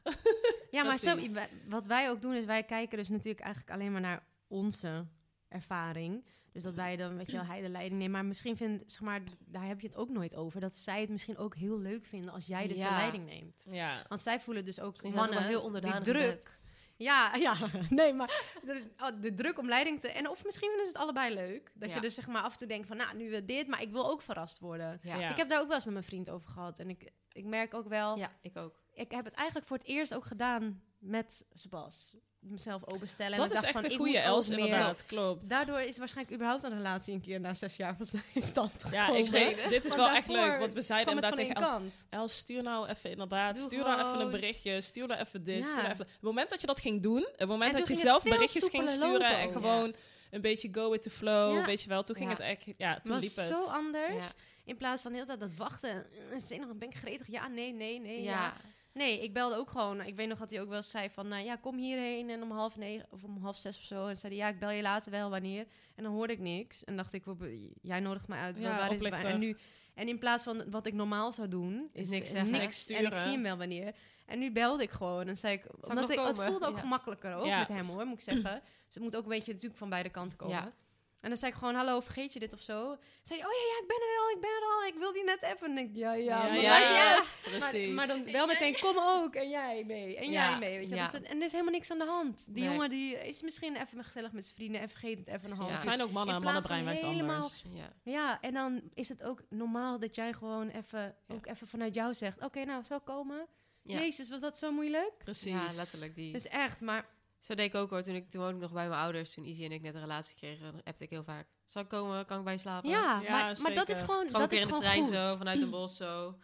S4: ja, maar zo,
S3: precies.
S4: wij- wat wij ook doen is wij kijken dus natuurlijk eigenlijk alleen maar naar onze ervaring. Dus dat wij dan, weet je wel, hij de leiding neemt. Maar misschien vindt, zeg maar, daar heb je het ook nooit over. Dat zij het misschien ook heel leuk vinden als jij dus de
S2: Ja.
S4: leiding neemt.
S3: Ja.
S4: Want zij voelen dus ook
S2: Misschien zijn ze
S4: mannen
S2: wel heel
S4: die
S2: onderdanig. in
S4: druk.
S2: bed.
S4: Ja, [laughs] ja, nee, maar er is, oh, de druk om leiding te... En of misschien vinden ze het allebei leuk. Dat
S2: Ja.
S4: je dus zeg maar af en toe denkt van, nou, nu wil dit, maar ik wil ook verrast worden.
S2: Ja.
S3: Ja.
S2: Ja.
S4: Ik heb daar ook wel eens met mijn vriend over gehad. En ik, ik merk ook wel,
S2: ik ook.
S4: ik heb het eigenlijk voor het eerst ook gedaan met Sebas. Mezelf openstellen. en
S3: Dat
S4: ik
S3: is
S4: dacht
S3: echt
S4: van,
S3: een
S4: ik
S3: goede
S4: moet ook
S3: Els,
S4: meer.
S3: inderdaad. Klopt.
S4: Daardoor is waarschijnlijk überhaupt een relatie een keer na zes jaar van in [laughs] stand
S3: ja,
S4: gekomen.
S3: ik weet, dit is
S4: Want
S3: wel echt
S4: daarvoor
S3: leuk. Want we zeiden
S4: kwam het
S3: inderdaad
S4: van één
S3: tegen Els,
S4: kant.
S3: Els, stuur nou even inderdaad,
S4: Doe
S3: stuur nou even een
S4: gewoon-
S3: berichtje, stuur nou even dit,
S4: Ja.
S3: stuur nou even... Het moment dat je dat ging doen, het moment
S4: En
S3: dat
S4: toen
S3: je
S4: ging het
S3: zelf
S4: veel
S3: berichtjes ging
S4: soepeler
S3: sturen
S4: lopen
S3: en
S4: ook.
S3: gewoon een beetje go with the flow,
S4: Ja.
S3: weet je wel, toen ging
S2: Ja.
S3: het echt, ja, toen
S4: Het
S3: liep
S4: was
S3: het.
S4: zo anders.
S2: Ja.
S4: In plaats van de hele tijd dat wachten. Eh, Zenuwig, ben ik gretig? Ja, nee, nee, nee. Ja.
S2: Ja.
S4: Nee, ik belde ook gewoon. Ik weet nog dat hij ook wel eens zei van... Nou ja, kom hierheen en om half negen of om half zes of zo. En zei hij, ja, ik bel je later wel wanneer. En dan hoorde ik niks. En dacht ik, wat be- jij nodigt mij uit.
S3: Ja,
S4: waar- waar-
S3: oplichter.
S4: en nu... En in plaats van wat ik normaal zou doen...
S2: Is niks zeggen.
S3: Niks
S4: En ik
S3: sturen.
S4: zie hem wel wanneer. En nu belde ik gewoon. En zei ik...
S2: nog
S4: Omdat ik, het
S2: komen?
S4: voelde ook
S2: Ja.
S4: gemakkelijker ook
S3: Ja.
S4: met hem hoor, moet ik zeggen. Dus het moet ook een beetje natuurlijk van beide kanten komen.
S2: Ja.
S4: En dan zei ik gewoon, hallo, vergeet je dit of zo? Zei hij, oh ja, ja, ik ben er al, ik ben er al, ik wil die net even. En ik, ja, ja,
S3: Ja,
S4: maar
S3: ja,
S4: maakt niet
S3: ja,
S4: uit.
S3: precies.
S4: Maar, maar dan wel meteen, kom ook, en jij mee, en
S2: Ja,
S4: jij mee, weet je. wel.
S2: ja.
S4: Dus het- en er is helemaal niks aan de hand. Die
S2: Nee.
S4: jongen die is misschien even gezellig met zijn vrienden en vergeet het even aan de hand.
S2: Ja.
S3: het zijn ook mannen,
S4: In plaats
S3: mannenbrein werkt
S4: van helemaal-
S3: anders.
S2: Ja.
S4: Ja, en dan is het ook normaal dat jij gewoon even,
S2: Ja.
S4: ook even vanuit jou zegt, oké, nou, zo komen.
S2: Ja.
S4: Jezus, was dat zo moeilijk?
S3: Precies.
S2: ja, letterlijk die.
S4: Dus echt, maar
S2: Zo deed ik ook hoor. Toen, ik, toen woonde ik nog bij mijn ouders. Toen Izzy en ik net een relatie kregen, dan appte ik heel vaak. Zal ik komen? Kan ik bij je slapen?
S4: ja,
S3: Ja,
S4: maar, maar dat
S3: zeker.
S4: is gewoon,
S2: Gewoon een
S4: dat
S2: keer
S4: is
S2: in de
S4: gewoon
S2: trein
S4: goed.
S2: zo, vanuit Den Bosch zo.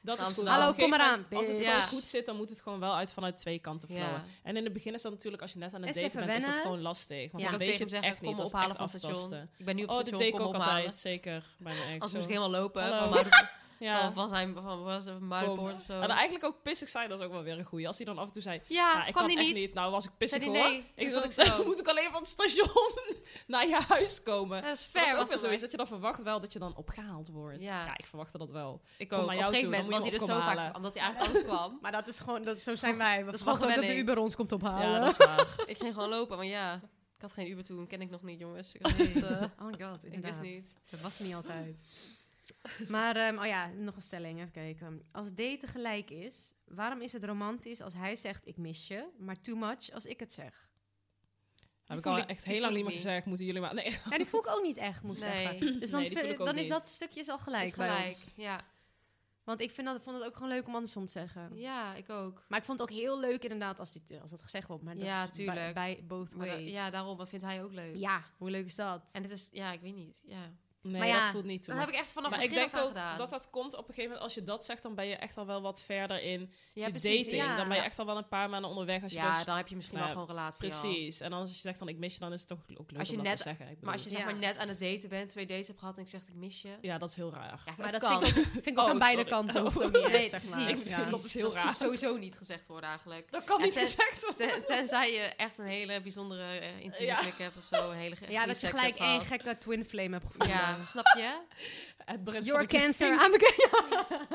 S3: Dat is goed.
S2: Amsterdam. Hallo,
S3: Op een gegeven
S4: kom eraan,
S3: moment, Als het
S2: bitch.
S3: gewoon
S2: Ja.
S3: goed zit, dan moet het gewoon wel uit vanuit twee
S2: Ja.
S3: kanten flowen. En in het begin is dat natuurlijk, als je net aan het
S4: Is
S3: daten
S4: even
S3: bent, is dat
S4: wennen.
S3: gewoon lastig. Want
S2: Ja.
S3: dan
S2: Ik tegen
S3: weet je
S2: hem
S3: het
S2: zeggen,
S3: echt
S2: kom
S3: niet.
S2: me
S3: Dat is
S2: ophalen van
S3: echt
S2: het station.
S3: aftasten.
S2: Ik ben nu op
S3: Oh, dat
S2: station,
S3: deed ik
S2: kom
S3: ook
S2: ophalen.
S3: altijd. Zeker, bij mijn ex.
S2: Als Oh. moest ik
S3: zo.
S2: helemaal lopen
S3: Hallo.
S2: van Muiden-
S3: Ja.
S2: van, van zijn van, van zijn Muidenpoort
S3: Kom.
S2: of zo.
S3: En eigenlijk ook pissig zijn, dat is ook wel weer een goeie. Als hij dan af en toe zei,
S2: ja,
S3: ja,
S2: kwam
S3: ik kan
S2: die
S3: echt
S2: niet.
S3: niet. Nou was ik pissig
S2: Zei
S3: hoor.
S2: die nee?
S3: ik
S2: Dat
S3: zat
S2: is ook
S3: [laughs]
S2: zo. Eh,
S3: moet ik alleen van het station [laughs] naar je huis komen.
S2: Dat is ver.
S3: Dat is ook
S2: wat voor
S3: weer zoiets
S2: mij.
S3: dat je dan verwacht wel dat je dan opgehaald wordt.
S2: Ja.
S3: Ja, ik verwachtte dat wel.
S2: Ik
S3: Kom
S2: ook. Op
S3: naar
S2: een
S3: jou
S2: gegeven
S3: toe,
S2: moment was
S3: dan
S2: hij
S3: moet je
S2: dus
S3: hem
S2: zo
S3: ophalen.
S2: vaak, omdat hij eigenlijk alles kwam.
S4: Maar dat is gewoon, dat, zo zijn wij. We
S2: is gewoon
S4: verwachten ook dat de
S2: gewenning.
S4: Uber ons komt ophalen.
S3: Ja, dat is
S2: [laughs]
S3: waar.
S2: Ik ging gewoon lopen, maar ja, ik had geen Uber toen, ken ik nog niet jongens. Ik had niet, eh,
S4: Oh my god,
S2: ik wist
S4: inderdaad.
S2: niet.
S4: Dat was niet altijd. maar, ehm, oh ja, nog een stelling, even kijken. Als daten gelijk is, waarom is het romantisch als hij zegt ik mis je, maar too much als ik het zeg?
S3: Heb ik
S2: voel
S3: al
S2: ik-
S3: echt
S2: die
S3: heel lang
S2: voel
S3: niet
S2: ik
S3: meer gezegd, moeten jullie maar... Nee, [laughs]
S4: Ja, die voel ik ook niet echt, moet ik
S2: Nee.
S4: zeggen. Dus dan,
S3: Nee, die voel
S4: vind-
S3: ik ook
S4: dan is
S3: niet.
S4: dat stukje is al gelijk,
S2: Is
S4: bij
S2: gelijk,
S4: ons.
S2: ja.
S4: Want ik vind dat, vond het ook gewoon leuk om andersom te zeggen.
S2: Ja, ik ook.
S4: Maar ik vond het ook heel leuk inderdaad als, die, als dat gezegd wordt. Maar dat
S2: Ja,
S4: is bij-
S2: tuurlijk.
S4: Bij, both
S2: Maar da-
S4: ways.
S2: ja, daarom, dat vindt hij ook leuk.
S4: Ja, hoe leuk is dat?
S2: En het is, ja, ik weet niet. Ja.
S3: nee
S4: Maar ja,
S3: dat voelt niet toe.
S2: Dat heb ik echt vanaf
S3: maar
S2: het
S3: ik
S2: begin
S3: denk
S2: af aan
S3: ook
S2: gedaan.
S3: dat dat komt op een gegeven moment. Als je dat zegt, dan ben je echt al wel wat verder in
S2: ja,
S3: je
S2: precies,
S3: dating.
S2: Ja,
S3: Dan ben je echt al wel een paar maanden onderweg. Als je
S2: ja
S3: dus,
S2: dan heb je misschien
S3: Nou,
S2: wel gewoon een relatie al.
S3: precies. En als je zegt dan ik mis je, dan is het toch ook leuk
S2: Als je
S3: om
S2: net-
S3: dat te zeggen. Ik
S2: Maar als je zeg
S4: Ja.
S2: maar net aan het daten bent, twee dates hebt gehad en ik zeg ik mis je.
S3: Ja, dat is heel raar.
S2: Ja,
S4: maar
S2: dat,
S4: dat,
S2: kan.
S4: vind ik ook, vind ik ook
S3: Oh,
S4: aan beide
S3: sorry.
S4: kanten. Hoeft ook niet
S2: [laughs] Nee,
S4: echt, zeg
S2: precies.
S4: maar.
S3: Ik
S4: Ja.
S3: vind dat is heel
S2: dat
S3: raar.
S2: moet sowieso niet gezegd worden eigenlijk.
S3: Dat kan
S2: Ja,
S3: niet
S2: ten-
S3: gezegd worden.
S2: Ten- tenzij je echt een hele bijzondere eh, intieme
S3: Ja.
S2: klik hebt of zo. Een hele ge-
S4: Ja, dat
S2: goede
S4: je
S2: seks
S4: gelijk
S2: hebt
S4: één
S2: gehad.
S4: gekke twin flame hebt gevonden.
S2: Ja, snap je?
S3: Het Brit
S4: Your
S3: van de-
S4: cancer,
S2: [laughs]
S4: I'm a cancer.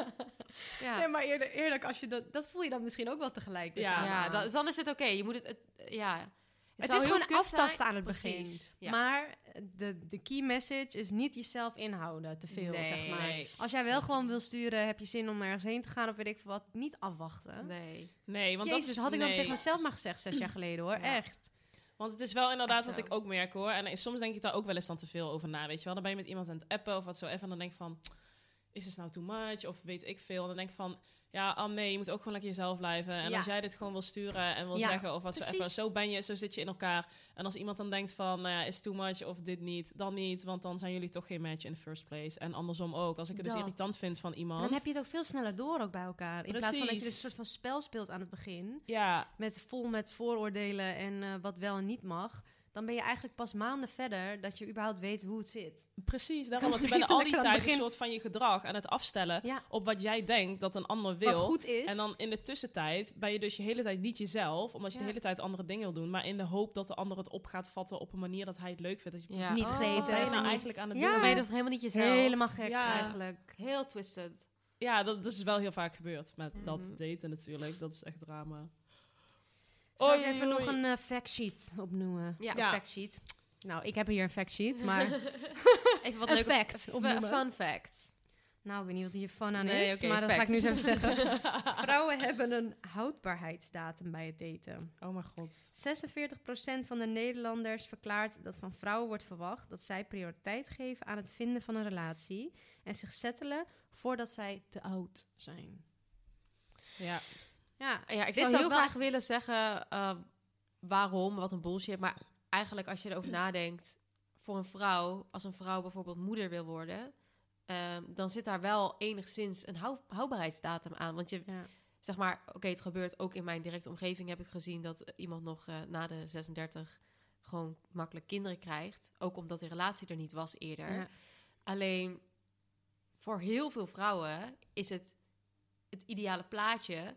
S2: Ja,
S4: Nee, maar eerlijk, eerlijk, als je dat, dat voel je dan misschien ook wel tegelijk. dus
S3: Ja.
S4: aan-
S2: ja
S4: aan.
S2: dan, dan is het oké. Je moet het, het- ja. Het,
S4: het
S2: zou
S4: is
S2: heel
S4: gewoon
S2: kut zijn.
S4: aftasten aan het begin.
S2: Precies, ja.
S4: Maar de, de key message is niet jezelf inhouden te veel,
S2: Nee,
S4: zeg maar.
S3: nee.
S4: Als jij wel gewoon wil sturen, heb je zin om ergens heen te gaan of weet ik veel wat, niet afwachten.
S2: Nee.
S3: Nee, want
S4: Jezus,
S3: dat is,
S4: had ik dan
S3: nee.
S4: tegen mezelf maar gezegd zes jaar geleden hoor.
S2: Ja.
S4: Echt.
S3: Want het is wel inderdaad
S2: Echt
S3: wat
S2: zo.
S3: ik ook merk hoor. En eh, soms denk ik daar ook wel eens dan te veel over na. Weet je wel, dan ben je met iemand aan het appen of wat zo even. En dan denk ik van, is het nou too much? Of weet ik veel. En dan denk ik van, ja, ah nee, je moet ook gewoon lekker jezelf blijven. En
S4: Ja.
S3: als jij dit gewoon wil sturen en wil
S4: Ja,
S3: zeggen of wat zo even.
S4: precies.
S3: Zo ben je, zo zit je in elkaar. En als iemand dan denkt van, nou ja, is too much of dit niet, dan niet. Want dan zijn jullie toch geen match in the first place. En andersom ook. Als ik het dus
S4: Dat.
S3: irritant vind van
S4: En
S3: iemand.
S4: dan heb je het ook veel sneller door ook bij elkaar. In plaats van dat je dus een
S3: Precies.
S4: soort van spel speelt aan het begin.
S3: Ja,
S4: Met vol met vooroordelen en eh, wat wel en niet mag. Dan ben je eigenlijk pas maanden verder dat je überhaupt weet hoe het zit.
S3: Precies, daarom.
S4: Kan
S3: Want je
S4: [laughs]
S3: bent al die
S4: beter lekker aan
S3: tijd
S4: het begin-
S3: een soort van je gedrag aan het afstellen
S4: Ja.
S3: op wat jij denkt dat een ander
S4: Wat
S3: wil.
S4: goed is.
S3: En dan in de tussentijd ben je dus je hele tijd niet jezelf, omdat je
S4: Ja.
S3: de hele tijd andere dingen wil doen, maar in de hoop dat de ander het op gaat vatten op een manier dat hij het leuk vindt. Dat je
S2: Ja.
S4: Niet
S2: Oh,
S4: gegeten.
S3: wat ben je nou
S4: niet-
S3: eigenlijk aan het
S4: Ja.
S2: Dan
S3: doen?
S2: ben je dus helemaal niet jezelf.
S4: Helemaal gek
S3: Ja.
S4: eigenlijk.
S2: Heel twisted.
S3: Ja, dat, dat is wel heel vaak gebeurd met
S2: Mhm.
S3: dat daten natuurlijk. Dat is echt drama.
S4: Zal
S3: Oei,
S4: ik even
S3: oei,
S4: nog
S3: oei.
S4: een eh, factsheet opnoemen?
S2: Ja.
S4: Een
S3: Ja.
S4: factsheet. Nou, ik heb hier een
S2: [laughs]
S4: factsheet, maar...
S2: Even wat
S4: Een
S2: leuke
S4: fact
S2: f-
S4: opnoemen.
S2: Fun fact.
S4: nou, ik weet niet wat hier van aan
S2: Nee,
S4: is,
S2: oké,
S4: maar dat ga ik nu eens
S2: fact.
S3: [laughs]
S4: even zeggen. Vrouwen hebben een houdbaarheidsdatum bij het daten.
S3: Oh mijn god.
S4: 46% van de Nederlanders verklaart dat van vrouwen wordt verwacht dat zij prioriteit geven aan het vinden van een relatie en zich settelen voordat zij te oud zijn.
S3: Ja.
S4: Ja,
S2: Ja, ik
S4: Dit
S2: zou
S4: zou
S2: heel
S4: wel
S2: graag
S4: echt-
S2: willen zeggen eh, waarom, wat een bullshit. Maar eigenlijk als je
S4: [clears throat]
S2: erover nadenkt, voor een vrouw, als een vrouw bijvoorbeeld moeder wil worden, ehm, dan zit daar wel enigszins een hou- houdbaarheidsdatum aan. Want je,
S4: Ja.
S2: zeg maar, oké, het gebeurt ook in mijn directe omgeving, heb ik gezien dat iemand nog eh, na de 36 gewoon makkelijk kinderen krijgt. Ook omdat de relatie er niet was eerder.
S4: Ja.
S2: Alleen voor heel veel vrouwen is het het ideale plaatje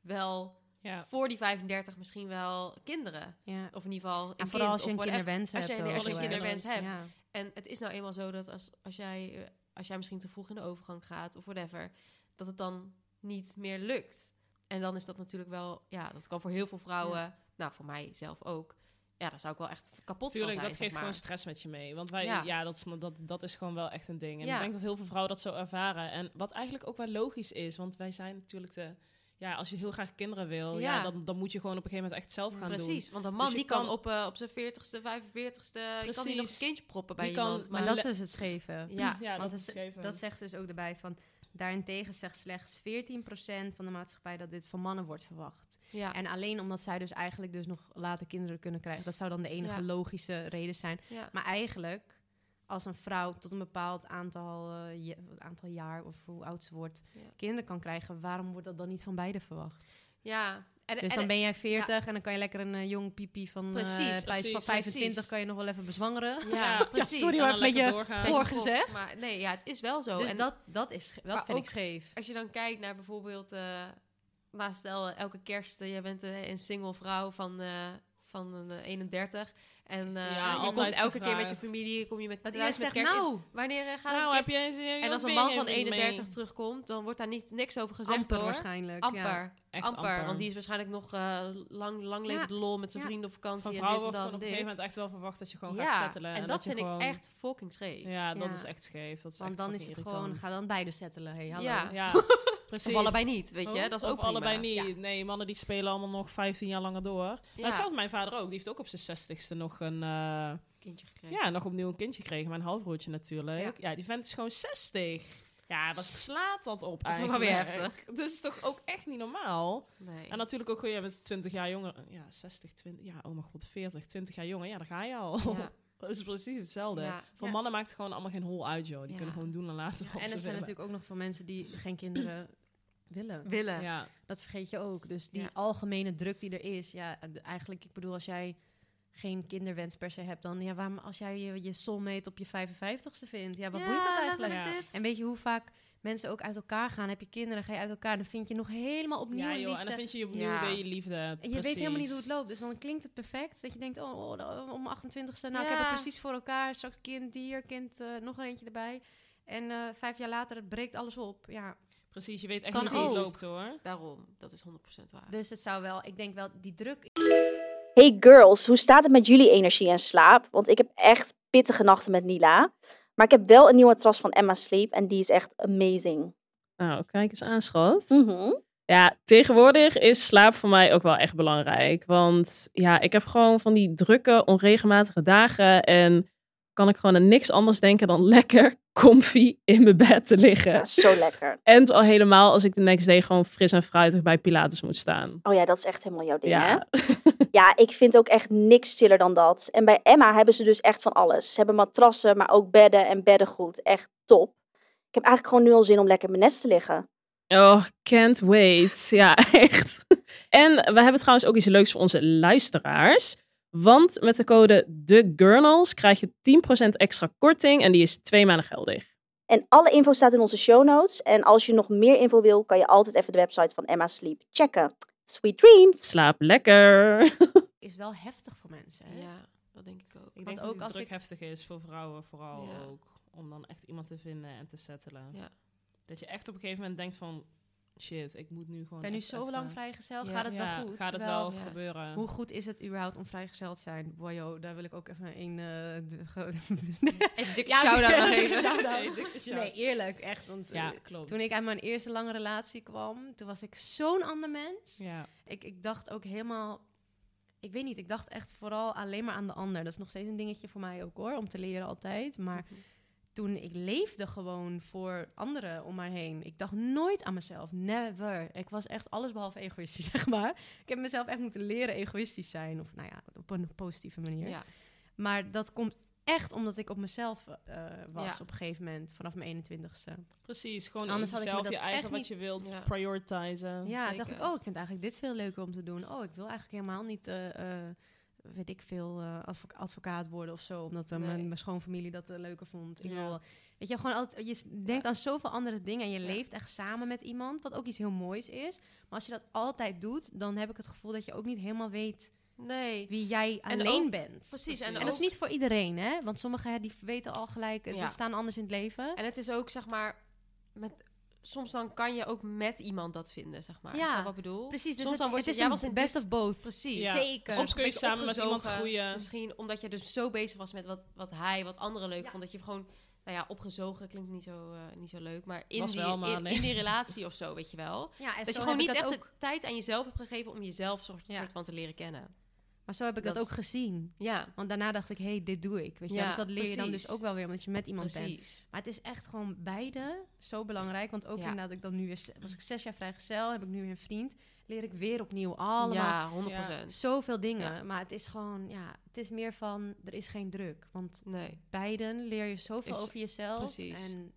S2: wel
S3: Ja.
S2: voor die 35 misschien wel kinderen.
S4: ja.
S2: Of in ieder geval een
S4: En
S2: kind
S4: vooral als je
S2: of
S4: een
S2: whatever.
S4: kinderwens
S2: Als
S4: hebt.
S2: je een-
S4: ook
S3: als je
S4: heel erg.
S2: kinderwens hebt.
S4: Ja.
S2: En het is nou eenmaal zo dat als, als, jij, eh, als jij misschien te vroeg in de overgang gaat of whatever, dat het dan niet meer lukt. En dan is dat natuurlijk wel, ja, dat kan voor heel veel vrouwen, nou voor mij zelf ook, ja, daar zou ik wel echt kapot
S3: Tuurlijk,
S2: van zijn. zeg
S3: dat geeft
S2: maar.
S3: gewoon stress met je mee. Want wij,
S2: Ja.
S3: ja, dat, is, dat, dat is gewoon wel echt een ding. En
S2: Ja.
S3: ik denk dat heel veel vrouwen dat zo ervaren. En wat eigenlijk ook wel logisch is, want wij zijn natuurlijk de... Ja, als je heel graag kinderen wil, ja.
S2: Ja.
S3: dan, dan moet je gewoon op een gegeven moment echt zelf gaan doen.
S2: Precies, want een man
S3: Dus je
S2: die kan,
S3: kan-
S2: op, eh, op zijn 40ste, 45ste, je kan die nog
S3: Precies.
S2: een kindje proppen bij
S3: Die kan-
S2: iemand. Maar
S4: Maar
S3: Maar
S4: dat
S3: le-
S4: is dus het scheve.
S2: ja,
S3: Ja,
S4: [laughs] Want
S3: dat
S4: dat,
S3: is
S4: ze-
S3: even.
S4: dat zegt ze dus ook erbij van... Daarentegen zegt slechts 14% van de maatschappij dat dit van mannen wordt verwacht.
S2: ja,
S4: En alleen omdat zij dus eigenlijk dus nog later kinderen kunnen krijgen. Dat zou dan de enige
S2: Ja.
S4: logische reden zijn.
S2: ja.
S4: Maar eigenlijk, als een vrouw tot een bepaald aantal, eh, ja- aantal jaar of hoe oud ze wordt...
S2: Ja.
S4: kinderen kan krijgen, waarom wordt dat dan niet van beiden verwacht?
S2: ja. En,
S4: Dus
S2: en-
S4: dan ben jij 40 en dan kan je lekker een eh, jong piepie van, eh,
S2: Precies,
S4: bij- van
S3: precies,
S4: 25
S2: precies.
S4: kan je nog wel even
S3: [laughs]
S4: bezwangeren.
S2: ja, precies.
S7: sorry,
S3: En
S7: hoor,
S3: dan
S7: even een
S3: lekker
S7: beetje
S3: doorgaan.
S2: Beetje
S4: voorgezegd.
S2: kort, Maar nee, ja, het is wel zo.
S4: Dus
S2: en
S4: dat, dat, is, ge- dat
S2: Maar
S4: vind
S2: ook-
S4: ik scheef.
S2: als je dan kijkt naar bijvoorbeeld, eh nou stel eh, elke kerst, eh, jij bent eh, een single vrouw van, eh, van een, eh, 31 en eh,
S3: Ja,
S2: je komt
S3: altijd
S2: elke keer met
S3: gevraagd.
S2: je familie, kom je met
S4: Dat
S2: thuis
S4: iedereen
S2: met
S4: zegt,
S2: kerst.
S4: nou,
S2: Wanneer eh, gaat
S3: Nou,
S2: het
S3: heb
S2: keer-
S3: je eens... een-
S2: En als een
S3: ben
S2: man
S3: je
S2: van
S3: even mee?
S2: 31 terugkomt, dan wordt daar niet, niks over gezegd
S4: amper
S2: hoor.
S4: waarschijnlijk.
S2: Amper,
S4: Ja.
S3: Echt
S2: amper, want die is waarschijnlijk nog eh, lang, lang
S4: Ja.
S2: levend lol met zijn
S4: Ja.
S2: vrienden op vakantie
S3: Van
S2: en
S3: vrouwen
S2: dit
S3: wordt
S2: en dat en
S3: gewoon op een gegeven
S2: dit.
S3: moment echt wel verwacht dat je gewoon
S2: Ja,
S3: gaat settelen.
S2: en dat,
S3: je
S2: vind
S3: gewoon-
S2: ik echt fucking scheef.
S3: Ja, dat
S4: Ja.
S3: is echt scheef. Dat is
S4: Want
S3: echt
S4: dan is het
S3: fucking
S4: gewoon,
S3: irritant.
S4: ga dan beide settelen. Hey, hallo.
S2: Ja.
S3: Ja, precies.
S2: [laughs]
S3: Oh,
S2: Of allebei niet, weet je, dat is
S3: Of
S2: ook prima.
S3: allebei niet. Nee, mannen die spelen allemaal nog 15 jaar langer door. Maar
S2: Ja.
S3: hetzelfde mijn vader ook. Die heeft ook op zijn 60ste nog een... eh,
S2: Kindje gekregen.
S3: Ja, nog opnieuw een kindje gekregen. Mijn halfbroertje natuurlijk. Ja. die vent is gewoon 60. Ja, wat slaat dat op
S2: Dat is ook wel
S3: eigenlijk?
S2: weer
S3: Dus het is toch ook echt niet normaal?
S2: Nee.
S3: En natuurlijk ook oh gewoon, je bent 20 jaar jonger. Ja, 60, 20... Ja, oh mijn god, 40, 20 jaar jonger. Ja, daar ga je al.
S2: Ja.
S3: [laughs] Dat is precies hetzelfde.
S2: Ja.
S3: Voor
S4: Ja.
S3: mannen maakt het gewoon allemaal geen hol uit, joh. Die
S2: Ja.
S3: kunnen gewoon doen en laten wat
S4: En er
S3: ze
S4: zijn
S3: willen.
S4: natuurlijk ook nog veel mensen die geen kinderen willen.
S2: Willen.
S3: Ja.
S4: Dat vergeet je ook. Dus die
S2: Ja.
S4: algemene druk die er is. Ja, d- eigenlijk, ik bedoel, als jij geen kinderwens per se hebt, dan ja, waarom als jij je, je soulmate op je 55ste vindt? Ja, wat boeit dat eigenlijk?
S3: Ja.
S4: En weet je hoe vaak mensen ook uit elkaar gaan? Heb je kinderen, ga je uit elkaar, dan vind je nog helemaal opnieuw
S3: Ja,
S4: een
S3: joh, en
S4: liefde.
S3: dan vind je je opnieuw
S2: Ja.
S3: weer je liefde.
S4: En je
S3: Precies.
S4: weet helemaal niet hoe het loopt. Dus dan klinkt het perfect. Dat je denkt, oh, oh, oh, om 28 e nou, ik heb
S2: Ja.
S4: het precies voor elkaar. Straks kind, dier, kind, eh, nog een eentje erbij. En eh, vijf jaar later, het breekt alles op. Ja.
S3: Precies, je weet echt
S2: Kan
S3: niet hoe het
S2: ook.
S3: loopt hoor.
S2: Daarom, dat is 100% waar.
S4: Dus het zou wel, ik denk wel, die druk...
S8: Hey girls, hoe staat het met jullie energie en slaap? Want ik heb echt pittige nachten met Nila. Maar ik heb wel een nieuwe matras van Emma Sleep en die is echt amazing.
S3: Nou, kijk eens aan, schat.
S8: Mhm.
S3: Ja, tegenwoordig is slaap voor mij ook wel echt belangrijk. Want ja, ik heb gewoon van die drukke, onregelmatige dagen. En kan ik gewoon aan niks anders denken dan lekker [laughs] comfy in mijn bed te liggen.
S8: Ja, zo lekker.
S3: En al helemaal als ik de next day gewoon fris en fruitig bij Pilates moet staan.
S8: Oh ja, dat is echt helemaal jouw ding, hè?
S3: Ja, [laughs]
S8: Ja, ik vind ook echt niks chiller dan dat. En bij Emma hebben ze dus echt van alles. Ze hebben matrassen, maar ook bedden en beddengoed. Echt top. Ik heb eigenlijk gewoon nu al zin om lekker in mijn nest te liggen.
S3: Oh, can't wait. Ja, [laughs] echt. En we hebben trouwens ook iets leuks voor onze luisteraars. Want met de code TheGurnals krijg je 10% extra korting en die is twee maanden geldig.
S8: En alle info staat in onze show notes. En als je nog meer info wil, kan je altijd even de website van Emma Sleep checken. Sweet dreams!
S3: Slaap lekker.
S4: is wel heftig voor mensen. Hè?
S2: Ja, dat denk ik ook.
S3: Ik
S4: Want
S3: denk
S4: ook
S3: ook dat het
S4: als
S3: druk
S4: ik-
S3: heftig is voor vrouwen vooral
S2: Ja.
S3: ook. Om dan echt iemand te vinden en te settelen.
S2: Ja.
S3: Dat je echt op een gegeven moment denkt van... shit, ik moet nu gewoon.
S4: Ik ben nu
S3: echt
S4: zo
S3: even-
S4: lang vrijgezel,
S2: Ja.
S4: gaat het
S3: Ja,
S4: wel goed?
S3: Gaat het
S4: Terwijl-
S3: wel
S2: ja.
S3: gebeuren?
S4: Hoe [laughs] goed is het überhaupt om vrijgezel te zijn? Boyo, daar wil ik ook even een... eh,
S3: [laughs]
S4: de- ge-
S2: Even dikke
S4: Ja,
S2: shout-out
S4: dikke
S2: naar deze.
S4: shout-out.
S2: Nee, dikke
S4: nee, eerlijk, echt. Want
S3: Ja,
S4: eh,
S3: klopt.
S4: toen ik uit mijn eerste lange relatie kwam, toen was ik zo'n ander mens.
S3: Ja.
S4: Ik, ik dacht ook helemaal... Ik weet niet, ik dacht echt vooral alleen maar aan de ander. Dat is nog steeds een dingetje voor mij ook hoor, om te leren altijd. Maar toen ik leefde gewoon voor anderen om mij heen. Ik dacht nooit aan mezelf. Never. Ik was echt allesbehalve egoïstisch, [laughs] zeg maar. Ik heb mezelf echt moeten leren egoïstisch zijn. Of nou ja, op een positieve manier.
S2: Ja.
S4: Maar dat komt echt omdat ik op mezelf eh, was
S2: Ja.
S4: op een gegeven moment. Vanaf mijn 21ste.
S3: Precies, gewoon Anders
S4: Anders had ik me
S3: zelf
S4: dat
S3: je
S4: echt
S3: eigen wat
S4: niet-
S3: je wilt
S2: Ja.
S3: prioritizen.
S2: zeker.
S4: Ja, toen dacht ik, oh, ik vind eigenlijk dit veel leuker om te doen. Oh, ik wil eigenlijk helemaal niet, eh, eh, weet ik veel, eh, advo- advocaat worden of zo. Omdat eh,
S2: Nee.
S4: mijn, mijn schoonfamilie dat eh, leuker vond. Ik
S3: Ja.
S4: wil, weet je, gewoon altijd, je s- denkt aan zoveel andere dingen en je leeft echt samen met iemand. Wat ook iets heel moois is. Maar als je dat altijd doet, dan heb ik het gevoel dat je ook niet helemaal weet
S2: Nee.
S4: wie jij
S2: En
S4: alleen
S2: ook-
S4: bent.
S2: Precies.
S4: En dat is
S2: ook-
S4: niet voor iedereen, hè? Want sommigen hè, die weten al gelijk, eh, die
S2: Ja.
S4: staan anders in het leven.
S2: En het is ook, zeg maar, met, soms dan kan je ook met iemand dat vinden, zeg maar.
S4: Ja,
S2: Ja. Is dat wat ik bedoel?
S4: Precies, dus
S2: soms
S4: het,
S2: dan word
S4: het
S2: je,
S4: is
S2: jij
S4: een
S2: was in
S4: best of both.
S2: Precies.
S3: Ja.
S4: Zeker.
S3: Soms kun je
S2: een beetje
S3: samen met iemand
S2: opgezogen,
S3: groeien.
S2: Misschien omdat je dus zo bezig was met wat, wat hij, wat anderen leuk vond. Dat je gewoon, nou ja, opgezogen klinkt niet zo, eh, niet zo leuk. Maar in,
S3: Was
S2: die,
S3: wel, maar
S2: in,
S3: nee.
S2: in die relatie of zo, weet je wel.
S4: Ja, en
S2: dat je
S4: zo
S2: gewoon
S4: heb ik
S2: niet echt
S4: dat
S2: de tijd aan jezelf hebt gegeven om jezelf soort,
S4: Ja.
S2: soort van te leren kennen.
S4: Maar zo heb ik dat,
S2: Dat-
S4: ook gezien.
S2: Ja,
S4: Want daarna dacht ik, hé, hey, dit doe ik. Weet je? wel.
S2: Ja,
S4: dus dat leer je dan dus
S2: precies.
S4: ook wel weer, omdat je met iemand bent.
S2: precies.
S4: Maar het is echt gewoon beide zo belangrijk. Want ook
S2: Ja.
S4: inderdaad, ik dan nu weer, z- was ik zes jaar vrijgezel, heb ik nu weer een vriend. Leer ik weer opnieuw allemaal
S2: Ja, 100 procent.
S4: zoveel dingen. Maar het is gewoon, ja, het is meer van, er is geen druk. Want
S2: Nee,
S4: beiden leer je zoveel
S2: Is-
S4: over jezelf.
S2: precies.
S4: En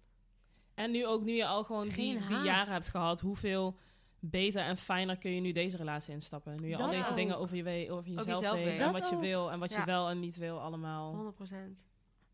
S3: En nu ook, nu je al gewoon die,
S4: Geen
S3: die
S4: haast.
S3: jaren hebt gehad, hoeveel beter en fijner kun je nu deze relatie instappen? Nu je al
S4: Dat
S3: deze
S4: ook.
S3: dingen over, je we- over jezelf,
S2: jezelf
S3: weet,
S2: weet.
S3: en
S4: Dat
S3: wat je
S4: ook.
S3: wil en wat
S2: Ja.
S3: je wel en niet wil allemaal.
S2: 100 procent.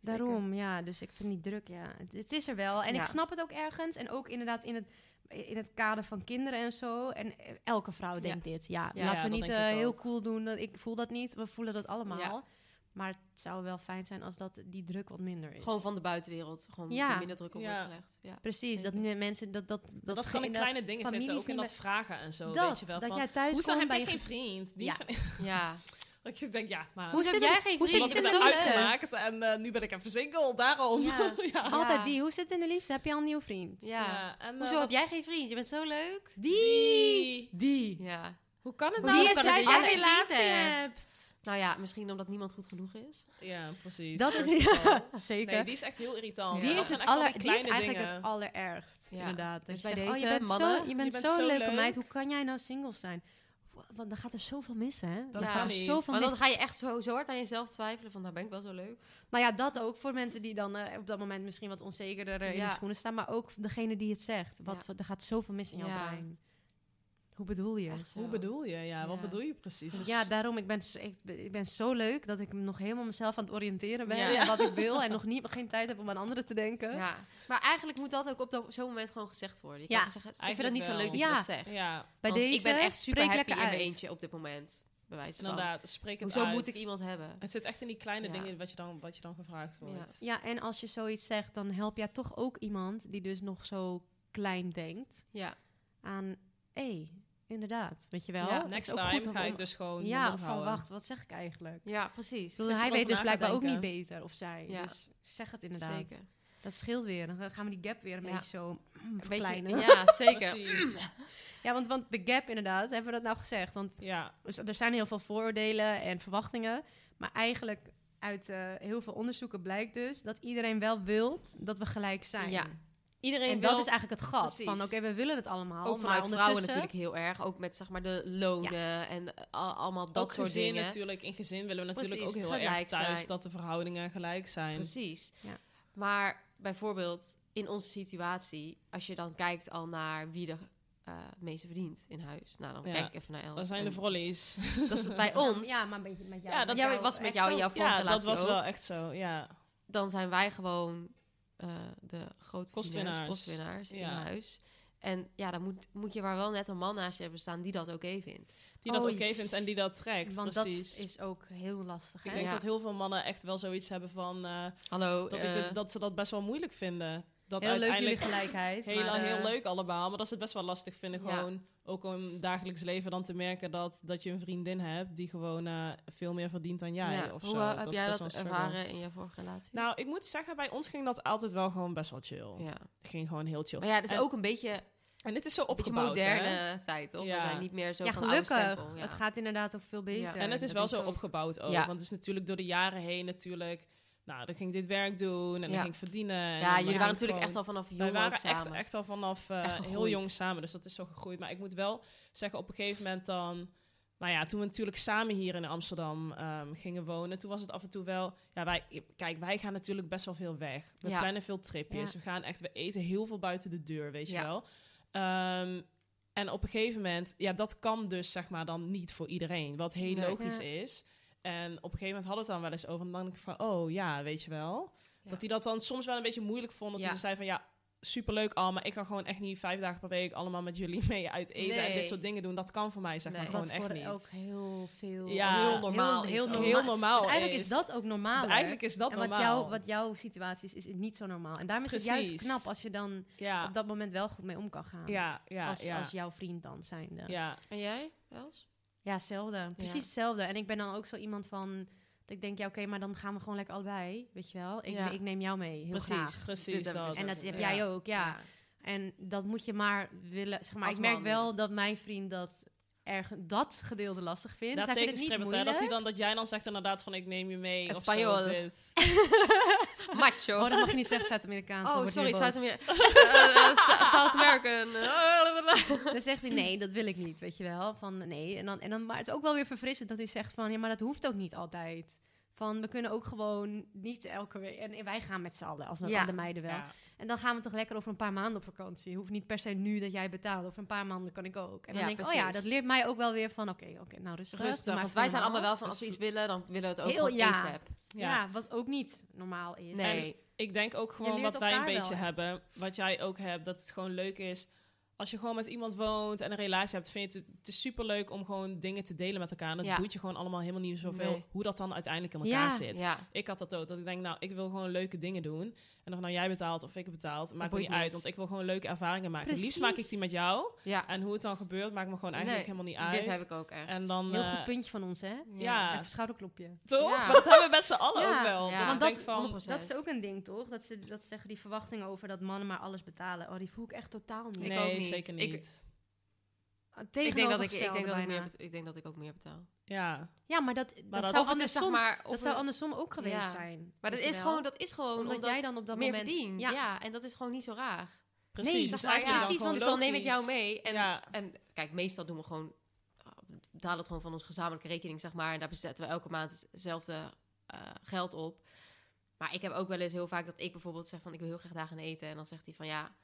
S4: Daarom, ja. Dus ik vind niet druk, ja. Het, het is er wel. En
S2: Ja.
S4: ik snap het ook ergens. En ook inderdaad in het, in het kader van kinderen en zo. En eh, elke vrouw denkt dit. Ja,
S2: Ja,
S4: laten
S3: ja,
S4: we
S3: dat
S4: niet
S3: denk ik
S4: eh, heel
S3: ook.
S4: cool doen. Dat- Ik voel dat niet. We voelen dat allemaal.
S2: Ja.
S4: Maar het zou wel fijn zijn als dat, die druk wat minder is.
S2: Gewoon van de buitenwereld. Gewoon
S4: Ja.
S2: die minder druk op
S3: Ja.
S2: wordt gelegd. Ja.
S4: Precies, dat
S2: Zeker.
S4: me- mensen... Dat, dat,
S3: Dat, dat
S4: ge-
S3: gewoon in
S4: dat-
S3: kleine dingen zitten,
S4: families
S3: ook in
S4: niet
S3: dat vragen en zo,
S4: dat,
S3: weet je wel.
S4: dat
S3: van,
S4: jij thuis
S3: hoezo
S4: komt
S3: heb
S4: bij
S3: je geen
S4: ge-
S3: vriend? Die
S4: Ja.
S3: van-
S2: Ja.
S3: [laughs] dat je denkt, ja, maar...
S2: Hoe
S4: zit
S2: heb
S4: het-
S2: jij geen
S4: hoe zit
S2: vriend?
S3: Want
S4: het
S3: ik
S4: in
S3: heb
S4: de
S3: het
S4: liefde?
S3: uitgemaakt en eh, nu ben ik even single, daarom.
S4: Ja.
S3: [laughs] ja.
S4: Altijd
S2: Ja.
S4: die, hoe zit het in de liefde? Heb je al een nieuwe vriend?
S2: Ja.
S3: Ja, en, eh,
S2: Hoezo
S3: wat-
S2: heb jij geen vriend? Je bent zo leuk.
S3: Die!
S4: Die.
S2: Ja.
S3: Hoe kan het
S2: Hoe
S3: nou
S2: kan
S3: dat
S2: het
S3: jij
S2: dat jij geen
S3: geen
S2: vriend
S3: relatie
S2: hebt?
S3: hebt?
S2: Nou ja, misschien omdat niemand goed genoeg is.
S3: Ja, precies.
S4: Dat is...
S3: First of all.
S4: [laughs] zeker.
S3: Nee, die is echt heel irritant.
S2: Die
S3: Ja, dat
S2: is
S3: zijn
S4: het
S3: echt al
S4: aller-
S3: die
S4: die is
S3: kleine
S4: eigenlijk
S3: dingen.
S4: het allerergst.
S2: Ja.
S4: Inderdaad.
S2: Dus
S4: Dat
S2: bij
S4: je zegt, "Oh,
S2: deze
S4: je bent
S2: mannen,
S4: Zo, je, bent
S3: bent
S4: zo'n
S3: zo
S4: leuke
S3: leuk.
S4: meid. Hoe kan jij nou single zijn? Wa- Want dan gaat er zoveel mis, hè?
S3: Dat
S4: Er
S2: kan
S4: gaat
S3: niet.
S4: Zoveel
S2: Maar dan
S4: mis.
S2: ga je echt zo, zo hard aan jezelf twijfelen van, nou ben ik wel zo leuk.
S4: Nou ja, dat ook voor mensen die dan eh, op dat moment misschien wat onzekerder eh, in
S2: Ja.
S4: de schoenen staan. Maar ook degene die het zegt. Wat,
S2: Ja.
S4: wat- er gaat zoveel mis in jouw
S2: Ja.
S4: brein. Hoe bedoel je?
S2: Echt zo.
S3: Hoe bedoel je? Ja, wat
S2: Ja.
S3: bedoel je precies? Dus-
S4: Ja, daarom. Ik ben, s- ik, ben- ik ben zo leuk dat ik nog helemaal mezelf aan het oriënteren ben.
S2: Ja.
S4: En
S2: [laughs]
S4: wat ik wil. En nog niet, geen tijd heb om aan anderen te denken.
S2: Ja. Maar eigenlijk moet dat ook op dat- zo'n moment gewoon gezegd worden. Je
S4: Ja.
S2: kan gewoon zeggen, ik vind het
S3: Eigenlijk
S2: niet zo
S3: wel.
S2: leuk dat je
S4: Ja.
S2: dat zegt.
S3: ja,
S4: Bij
S2: Want
S4: deze
S2: ik ben echt super happy
S4: spreek lekker
S2: in mijn
S4: uit.
S2: eentje op dit moment. Bij wijze van.
S3: inderdaad. Spreek het
S2: Hoezo
S3: uit.
S2: moet ik iemand hebben?
S3: Het zit echt in die kleine
S2: Ja.
S3: dingen wat je dan, wat je dan gevraagd wordt.
S4: Ja, en als je zoiets zegt, dan help jij toch ook iemand die dus nog zo klein denkt
S2: Ja.
S4: aan, hé, inderdaad, weet je wel?
S2: Ja,
S4: Het is
S3: Next
S4: ook
S3: time
S4: goed om-
S3: ga
S4: om-
S3: ik dus gewoon mijn
S4: Ja,
S3: mond
S4: van
S3: houden.
S4: wacht, wat zeg ik eigenlijk?
S2: Ja,
S4: Ik
S2: precies.
S4: bedoel,
S3: Dat je
S4: hij weet
S3: erover
S4: dus
S3: na
S4: blijkbaar
S3: gaat
S4: ook niet
S3: denken.
S4: beter, of zij.
S2: Ja.
S4: Dus zeg het inderdaad.
S2: Zeker.
S4: Dat scheelt weer. Dan gaan we die gap weer een
S2: Ja.
S4: beetje zo mm,
S2: Een beetje-
S4: verkleinen. ja.
S2: ja,
S4: [laughs]
S2: zeker.
S3: Precies.
S4: want, want de gap inderdaad, hebben we dat nou gezegd? Want
S3: ja,
S4: Dus er zijn heel veel vooroordelen en verwachtingen. Maar eigenlijk uit eh, heel veel onderzoeken blijkt dus dat iedereen wel wil dat we gelijk zijn.
S2: Ja, Iedereen
S4: En
S2: wil
S4: dat is eigenlijk het gat.
S2: precies.
S4: Van oké, we willen het allemaal.
S2: ook
S4: maar
S2: vanuit vrouwen
S4: ondertussen
S2: natuurlijk heel erg. Ook met zeg maar de lonen en eh, al- allemaal dat
S3: ook
S2: soort
S3: gezin
S2: dingen.
S3: natuurlijk. In gezin willen we natuurlijk
S2: Precies,
S3: ook heel erg
S2: gelijk
S3: thuis
S2: zijn.
S3: dat de verhoudingen gelijk zijn.
S2: Precies.
S4: Ja.
S2: Maar bijvoorbeeld in onze situatie, als je dan kijkt al naar wie er eh, het meeste verdient in huis. Nou, dan
S3: Ja.
S2: kijk ik even naar Els.
S3: Dat zijn
S2: En
S3: de vrollies.
S2: Dat
S3: [laughs]
S2: is bij ons.
S4: Ja, maar een beetje met jou.
S3: Ja, dat
S2: Ja, maar was met jou in jouw vorige
S3: Ja, [laughs] dat
S2: relatie
S3: was
S2: ook.
S3: wel echt zo. Ja,
S2: Dan zijn wij gewoon eh, de grote
S3: Kostwinnaars.
S2: kostwinnaars in
S3: Ja.
S2: huis. En ja, dan moet, moet je maar wel net een man naast je hebben staan die dat oké vindt.
S3: die dat
S4: Oh,
S3: oké
S4: jezus.
S3: vindt en die dat trekt.
S4: Want
S3: precies.
S4: dat is ook heel lastig. Hè?
S3: Ik denk
S2: Ja.
S3: dat heel veel mannen echt wel zoiets hebben van eh,
S2: Hallo,
S3: dat, ik
S2: eh,
S3: dit- dat ze dat best wel moeilijk vinden. dat
S4: Heel leuk jullie
S3: uiteindelijk
S4: gelijkheid.
S3: heel,
S4: maar, eh,
S3: heel leuk allemaal. Maar dat ze het best wel lastig vinden.
S4: Ja.
S3: Gewoon ook om in het dagelijks leven dan te merken dat, dat je een vriendin hebt die gewoon eh, veel meer verdient dan jij.
S2: Ja,
S3: Of
S2: Hoe
S3: zo.
S2: eh,
S3: Dat
S2: heb
S3: is
S2: jij
S3: best
S2: dat
S3: wel een struggle.
S2: ervaren in je vorige relatie?
S3: Nou, ik moet zeggen, bij ons ging dat altijd wel gewoon best wel chill.
S2: ja.
S3: Ging gewoon heel chill.
S2: Maar ja, dat is
S3: En-
S2: ook een beetje, een
S3: En dit is zo
S2: beetje
S3: opgebouwd,
S2: moderne
S3: hè?
S2: tijd, toch?
S3: Ja.
S2: We zijn niet meer zo
S4: ja,
S2: van de oude
S4: gelukkig.
S2: stempel, ja.
S4: Het gaat inderdaad ook veel beter.
S2: Ja.
S3: En het is
S4: Dat
S3: wel
S4: ik
S3: zo
S4: ook.
S3: opgebouwd ook.
S2: Ja.
S3: Want het is natuurlijk door de jaren heen natuurlijk... Nou, dan ging ik dit werk doen en dan
S2: Ja.
S3: ging ik verdienen. en
S2: ja,
S3: dan
S2: jullie
S3: ging
S2: waren
S3: ik
S2: natuurlijk
S3: gewoon-
S2: echt al vanaf jong
S3: Wij waren
S2: ook
S3: echt,
S2: samen.
S3: echt al vanaf eh,
S2: Echt
S3: heel
S2: gegroeid.
S3: jong samen, dus dat is zo gegroeid. Maar ik moet wel zeggen, op een gegeven moment dan... Nou ja, toen we natuurlijk samen hier in Amsterdam ehm, gingen wonen, toen was het af en toe wel... Ja, wij, kijk, wij gaan natuurlijk best wel veel weg. We
S2: Ja.
S3: plannen veel tripjes.
S4: Ja.
S3: We gaan echt, we eten heel veel buiten de deur, weet
S2: Ja.
S3: je wel. Ehm, en op een gegeven moment, ja, dat kan dus zeg maar dan niet voor iedereen. Wat heel
S2: Nee.
S3: logisch
S4: Ja.
S3: is. En op een gegeven moment hadden we het dan wel eens over. En dan denk ik van, oh ja, weet je wel.
S2: Ja.
S3: Dat die dat dan soms wel een beetje moeilijk vond. Dat
S2: Ja.
S3: hij zei van, ja, superleuk al. Maar ik kan gewoon echt niet vijf dagen per week allemaal met jullie [laughs] mee uit eten. En dit
S2: Nee.
S3: soort dingen doen. Dat kan voor mij zeg
S2: Nee.
S3: maar
S4: Wat
S3: gewoon echt
S4: voor
S3: niet.
S4: ook heel veel...
S3: Ja. Heel
S2: normaal
S4: Heel,
S2: is
S4: heel
S2: ook.
S3: Heel
S4: normaal.
S3: normaal,
S4: Dus eigenlijk
S3: is.
S4: is dat ook normaal.
S3: Eigenlijk is dat
S4: en wat,
S3: normaal.
S4: Jouw, wat jouw situatie is, is het niet zo normaal. En daarom is het juist
S3: Precies.
S4: knap als je dan
S3: ja.
S4: op dat moment wel goed mee om kan gaan.
S3: ja, ja,
S4: als,
S3: ja.
S4: als jouw vriend dan zijnde.
S3: ja.
S2: En jij, Els?
S4: Ja, hetzelfde. Precies
S2: Ja.
S4: hetzelfde. En ik ben dan ook zo iemand van... Dat ik denk, ja oké, maar dan gaan we gewoon lekker allebei. Weet je wel? Ik,
S2: Ja.
S4: ik neem jou mee, heel
S2: Precies.
S4: graag.
S3: Precies
S2: Dit heb ik
S3: dat.
S2: dus
S4: En dat
S2: is-
S4: heb
S2: ja.
S4: jij ook, ja. En dat moet je maar willen. Zeg maar,
S2: Als
S4: ik merk
S2: man.
S4: wel dat mijn vriend dat, erg, dat gedeelte lastig vindt.
S3: Dat
S4: Zij vindt het niet
S3: tegenstribbelt, hè?
S4: moeilijk.
S3: Dat, hij dan, dat jij dan zegt inderdaad van ik neem je mee. of zo,
S2: Espanol.
S3: dit.
S2: Macho.
S4: Oh, dat mag je niet zeggen, Zuid-Amerikaans.
S2: Oh,
S4: dan wordt hij
S2: sorry,
S4: weer boos. [laughs]
S2: Zuid-Amerika. Eh, eh, Sa- South American. Oh,
S4: Dan zegt hij, nee, dat wil ik niet, weet je wel. Van, nee. En dan, en dan, maar het is ook wel weer verfrissend dat hij zegt van... Ja, maar dat hoeft ook niet altijd. Van, we kunnen ook gewoon niet elke week... En wij gaan met z'n allen, als dat
S2: Ja.
S4: de meiden wel.
S3: Ja.
S4: En dan gaan we toch lekker over een paar maanden op vakantie. Hoeft niet per se nu dat jij betaalt. Over een paar maanden kan ik ook. En dan
S2: Ja,
S4: denk ik, oh
S2: precies.
S4: ja, dat leert mij ook wel weer van... Oké, oké, nou rustig. doe
S2: Rustig,
S4: maar
S2: want
S4: even
S2: wij zijn allemaal wel
S4: normaal.
S2: van als we iets willen, dan willen we het ook
S4: Heel-
S2: gewoon
S4: ja.
S2: ASAP.
S3: Ja.
S4: Ja. wat ook niet normaal is.
S2: Nee.
S3: Ik denk ook gewoon
S4: leert
S3: wat wij een
S4: elkaar wel
S3: beetje
S4: echt.
S3: hebben, wat jij ook hebt, dat het gewoon leuk is. Als je gewoon met iemand woont en een relatie hebt, vind je het, het is superleuk om gewoon dingen te delen met elkaar. En dat
S2: Ja.
S3: boeit je gewoon allemaal helemaal niet zoveel
S2: Nee.
S3: hoe dat dan uiteindelijk in elkaar
S4: Ja,
S3: zit.
S2: Ja.
S3: Ik had dat ook, dat ik denk, nou, ik wil gewoon leuke dingen doen. En of nou jij betaalt of ik betaalt, maakt me
S2: boeit
S3: niet uit,
S2: niet.
S3: want ik wil gewoon leuke ervaringen maken.
S4: Precies.
S3: Liefst maak ik die met jou.
S2: ja.
S3: En hoe het dan gebeurt, maakt me gewoon eigenlijk
S2: Nee,
S3: helemaal niet uit.
S2: Dit heb ik ook echt.
S3: En dan...
S4: Heel
S3: eh,
S4: goed puntje van ons, hè?
S3: ja,
S4: Even schouderklopje.
S3: toch?
S2: Ja.
S3: Maar [laughs] dat hebben we met z'n allen
S4: Ja.
S3: ook wel.
S2: Ja.
S3: Dat
S2: Want
S3: ik
S4: dat-
S3: denk van,
S2: 100%.
S4: Dat is ook een ding, toch? Dat ze, dat ze zeggen die verwachtingen over dat mannen maar alles betalen. Oh, die voel ik echt totaal niet.
S3: nee,
S2: ook niet.
S3: zeker
S2: Ik-
S3: niet.
S2: Ik denk, dat ik, ik,
S4: Tegenovergestelde
S2: denk dat ik,
S4: bijna.
S2: meer, bet- ik denk dat ik ook meer betaal.
S3: Ja.
S4: Ja, maar dat, dat,
S3: dat-
S4: zou,
S2: Of het is
S4: andersom,
S2: zeg maar... of
S4: dat zou
S2: een-
S4: andersom ook geweest
S2: Ja.
S4: zijn.
S2: Maar dat
S4: weet
S2: is
S4: je wel?
S2: gewoon, dat is gewoon
S4: Omdat
S2: omdat,
S4: jij dan op dat
S2: meer
S4: moment-
S2: verdient.
S4: ja.
S2: Ja. en dat is gewoon niet zo raar.
S3: Precies,
S4: Nee,
S3: dus
S4: zeg maar,
S3: eigenlijk
S4: ja.
S3: dan
S4: Precies,
S2: want
S3: gewoon
S2: dus dan neem ik jou
S3: logisch.
S2: mee. En,
S3: Ja.
S2: en kijk, meestal doen we gewoon, we betalen het gewoon van onze gezamenlijke rekening, zeg maar. En daar bezetten we elke maand hetzelfde eh, geld op. Maar ik heb ook wel eens heel vaak dat ik bijvoorbeeld zeg van, ik wil heel graag dagen eten. En dan zegt hij van, ja,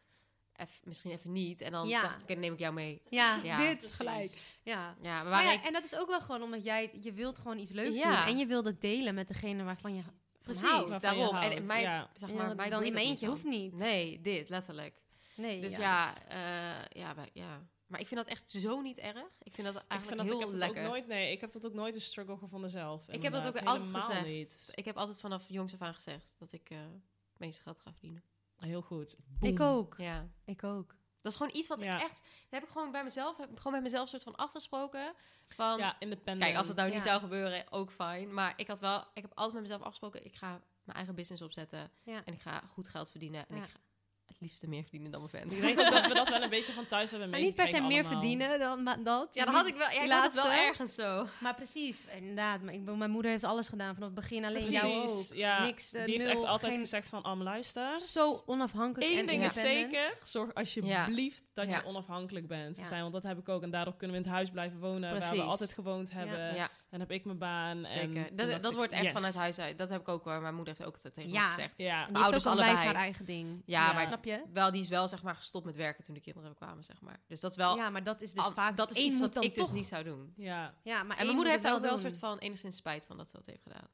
S2: eff- misschien even niet. En dan
S4: Ja.
S2: zeg ik, oké, dan neem ik jou mee.
S4: Ja,
S2: Ja,
S4: dit
S3: precies.
S4: gelijk. Ja.
S2: Ja, maar
S4: Maar
S2: waren
S4: ja, eh,
S2: ik-
S4: en dat is ook wel gewoon omdat jij, je wilt gewoon iets leuks
S2: Ja.
S4: doen. En je wilt het delen met degene waarvan je van houdt.
S2: precies,
S3: Waarvan je
S2: daarom. En
S3: houdt,
S2: in mijn,
S3: ja.
S2: zeg
S4: Ja,
S2: maar, mij
S4: dan
S2: boeit dat
S4: in mijn
S2: niet
S4: eentje
S2: dan.
S4: hoeft niet.
S2: Nee, dit, letterlijk.
S4: Nee,
S2: Dus ja, eh, ja, wij- ja. Maar ik vind dat echt zo niet erg. Ik vind dat
S3: Ik vind
S2: eigenlijk
S3: dat, ik
S2: heel
S3: heb dat ook
S2: lekker.
S3: nooit, nee, ik heb dat ook nooit een struggle gevonden zelf.
S2: ik heb dat ook
S3: inderdaad.
S2: altijd
S3: Helemaal
S2: gezegd.
S3: Niet.
S2: Ik heb altijd vanaf jongs af aan gezegd dat ik eh het meeste geld ga verdienen.
S3: Heel goed.
S4: Ik ook.
S2: Ja.
S4: Ik ook.
S2: Dat is gewoon iets wat
S3: Ja.
S2: ik echt... Dat heb ik gewoon bij mezelf, heb ik gewoon bij mezelf soort van afgesproken. Van,
S3: Ja, independent.
S2: Kijk, als het nou niet
S4: Ja.
S2: zou gebeuren, ook fijn. Maar ik had wel, ik heb altijd met mezelf afgesproken, ik ga mijn eigen business opzetten.
S4: Ja.
S2: En ik ga goed geld verdienen. En
S4: Ja.
S2: ik ga het liefste meer verdienen dan mijn
S3: Ik
S2: vent.
S3: denk ook dat we dat wel een beetje van thuis hebben
S4: Maar niet per se
S3: meegekregen
S4: meer
S3: allemaal.
S4: verdienen dan ma- dat.
S2: Ja, dat had ik wel, ja, ik had het wel
S4: Laatste.
S2: ergens zo.
S4: Maar precies, inderdaad. Maar ik bedoel, mijn moeder heeft alles gedaan vanaf het begin. Alleen jou
S3: Precies,
S4: ook.
S3: ja.
S4: Niks, eh,
S3: Die heeft
S4: nul,
S3: echt altijd
S4: geen-
S3: gezegd van, Am, luister.
S4: Zo onafhankelijk en
S3: Eén ding is
S4: independent.
S3: zeker, zorg alsjeblieft dat
S2: Ja.
S3: je onafhankelijk bent.
S4: Ja.
S3: Zijn, want dat heb ik ook. En daardoor kunnen we in het huis blijven wonen waar
S2: Precies.
S3: we altijd gewoond hebben.
S2: Ja,
S3: En heb ik mijn baan. Eh, En
S2: zeker.
S3: toen
S2: Dat,
S3: dacht
S2: dat
S3: ik,
S2: wordt echt
S3: yes.
S2: vanuit huis uit. Dat heb ik ook hoor. Mijn moeder heeft ook altijd tegen me
S4: Ja.
S2: gezegd.
S3: Ja,
S4: En die heeft
S2: Ouders
S4: ook onwijs
S2: allebei.
S4: haar eigen ding.
S2: Ja,
S3: Ja.
S2: maar
S4: Snap je?
S2: Wel, die is wel zeg maar gestopt met werken toen de kinderen kwamen, zeg maar. Dus dat is wel.
S4: ja, maar dat is dus
S2: al-
S4: vaak...
S2: dat is
S4: één
S2: iets
S4: moet
S2: wat
S4: dan
S2: ik
S4: toch...
S2: dus niet zou doen.
S3: ja.
S2: En mijn
S4: Ja, maar één
S2: moeder
S4: moet
S2: heeft
S4: het
S2: daar ook wel een
S4: doen.
S2: soort van enigszins spijt van dat ze dat heeft gedaan.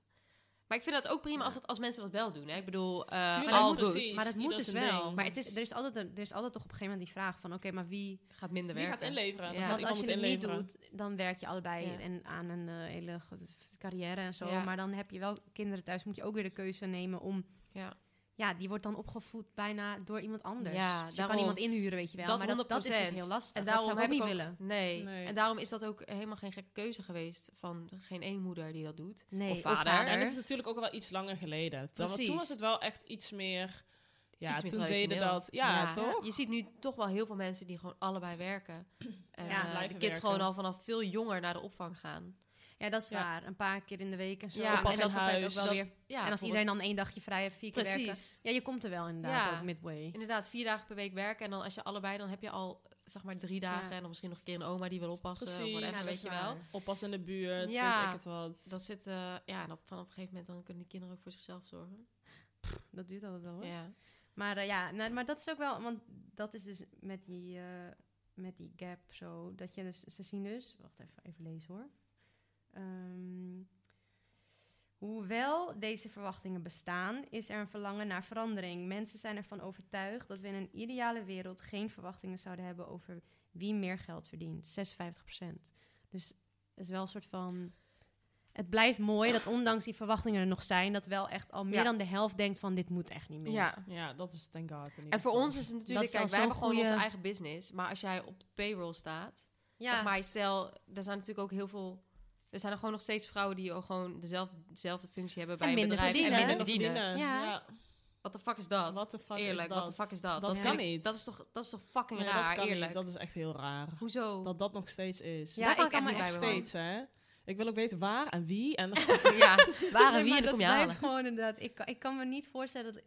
S2: Maar ik vind dat ook prima als, het, als mensen dat wel doen. Hè? Ik bedoel, eh
S3: Tuurlijk,
S2: al
S4: moet-
S2: goed.
S3: precies.
S4: Maar dat moet
S3: Ieder
S4: dus
S3: zijn
S4: wel.
S3: ding.
S4: Maar het is, er, is altijd een, er is altijd toch op een gegeven moment die vraag van... Oké, maar wie...
S2: Gaat minder
S3: Wie
S2: werken.
S3: gaat inleveren? Dan
S2: Ja.
S3: gaat
S4: Want
S2: Want
S3: iemand
S4: als je het niet
S3: inleveren.
S4: doet, dan werk je allebei
S2: Ja.
S4: en aan een eh, hele goede carrière en zo.
S2: Ja.
S4: Maar dan heb je wel kinderen thuis. Moet je ook weer de keuze nemen om...
S2: Ja.
S4: ja, die wordt dan opgevoed bijna door iemand anders.
S2: Ja,
S4: dus je
S2: daarom.
S4: kan iemand inhuren, weet je wel.
S2: Dat
S4: maar dat, dat is dus
S2: 100%.
S4: heel lastig.
S2: En
S4: En dat
S2: daarom
S4: zou ik ook
S2: heb
S4: niet
S2: ik ook-
S4: willen.
S2: Nee.
S3: Nee.
S2: En daarom is dat ook helemaal geen gekke keuze geweest van geen één moeder die dat doet.
S4: Nee,
S2: of vader.
S3: En het is natuurlijk ook al wel iets langer geleden. Terwijl-
S2: Precies.
S3: Toen was het wel echt iets meer... Ja,
S2: Iets meer
S3: toen deden
S2: traditioneel.
S3: dat. Ja, toch?
S2: Je ziet nu toch wel heel veel mensen die gewoon allebei
S3: [clears throat]
S2: werken. En
S4: Ja,
S2: ja, de
S3: blijven
S2: kids
S3: werken. Dus
S2: gewoon al vanaf veel jonger naar de opvang gaan.
S4: Ja, dat is
S3: Ja.
S4: waar. Een paar keer in de week en zo.
S2: Ja,
S4: en
S3: en dat-
S4: het ook
S3: huis,
S4: wel
S3: dat-
S4: weer.
S2: Ja,
S4: en als iedereen dan één dagje vrij heeft, vier keer
S2: bijvoorbeeld-
S4: werken.
S2: Precies.
S4: Ja, je komt er wel inderdaad
S2: Ja.
S4: ook midway.
S2: Inderdaad, vier dagen per week werken. En dan als je allebei, dan heb je al zeg maar drie dagen.
S4: Ja.
S2: En dan misschien nog een keer een oma die wil oppassen. of
S3: Precies.
S2: whatever,
S3: Ja, dat
S2: weet
S4: is
S2: je
S4: waar.
S2: wel.
S3: Oppas in de buurt,
S2: Ja.
S3: weet ik het wat.
S2: Dat zit, eh, ja, en op, vanaf een gegeven moment dan kunnen die kinderen ook voor zichzelf zorgen.
S4: Dat duurt altijd wel hoor.
S2: Ja.
S4: Maar eh, ja, nou, maar dat is ook wel, want dat is dus met die, eh, met die gap zo, dat je dus, ze zien dus, wacht even, even lezen hoor. Ehm, hoewel deze verwachtingen bestaan, is er een verlangen naar verandering. Mensen zijn ervan overtuigd dat we in een ideale wereld geen verwachtingen zouden hebben over wie meer geld verdient, 56 Dus het is wel een soort van... Het blijft mooi dat ondanks die verwachtingen er nog zijn, dat wel echt al meer
S2: Ja.
S4: dan de helft denkt van dit moet echt niet meer.
S2: ja.
S3: Ja, dat is thank god. in ieder
S2: En voor
S3: geval.
S2: ons is het
S4: Dat
S2: natuurlijk,
S4: is
S2: kijk,
S4: al
S2: wij hebben
S4: zo'n
S2: gewoon onze
S4: goeie-
S2: eigen business. Maar als jij op de payroll staat,
S4: Ja,
S2: Zeg maar stel, er zijn natuurlijk ook heel veel. Er zijn er gewoon nog steeds vrouwen die ook gewoon dezelfde, dezelfde functie hebben bij
S4: minder
S2: een bedrijf
S4: verdienen.
S2: en
S3: nog
S2: minder verdienen.
S4: Ja.
S2: Wat de fuck is dat?
S3: Wat de fuck
S2: eerlijk,
S3: is dat?
S2: wat de fuck is dat?
S3: Dat
S2: vind ik-
S3: kan niet.
S2: Dat is toch, dat is toch fucking
S3: Nee,
S2: raar,
S3: dat kan
S2: eerlijk.
S3: niet. Dat is echt heel raar.
S2: Hoezo?
S3: Dat dat nog steeds is.
S2: Daar kan
S4: ik
S2: ik echt
S4: kan
S2: niet
S4: me
S2: bij
S3: nog
S4: echt
S2: me houden.
S3: steeds, hè? Ik wil ook weten waar en
S2: [laughs]
S3: wie. En
S2: Ja,
S3: [laughs]
S4: Waar [laughs]
S2: waar en wie en dan kom je halen.
S4: gewoon inderdaad. Ik kan, ik kan me niet voorstellen dat...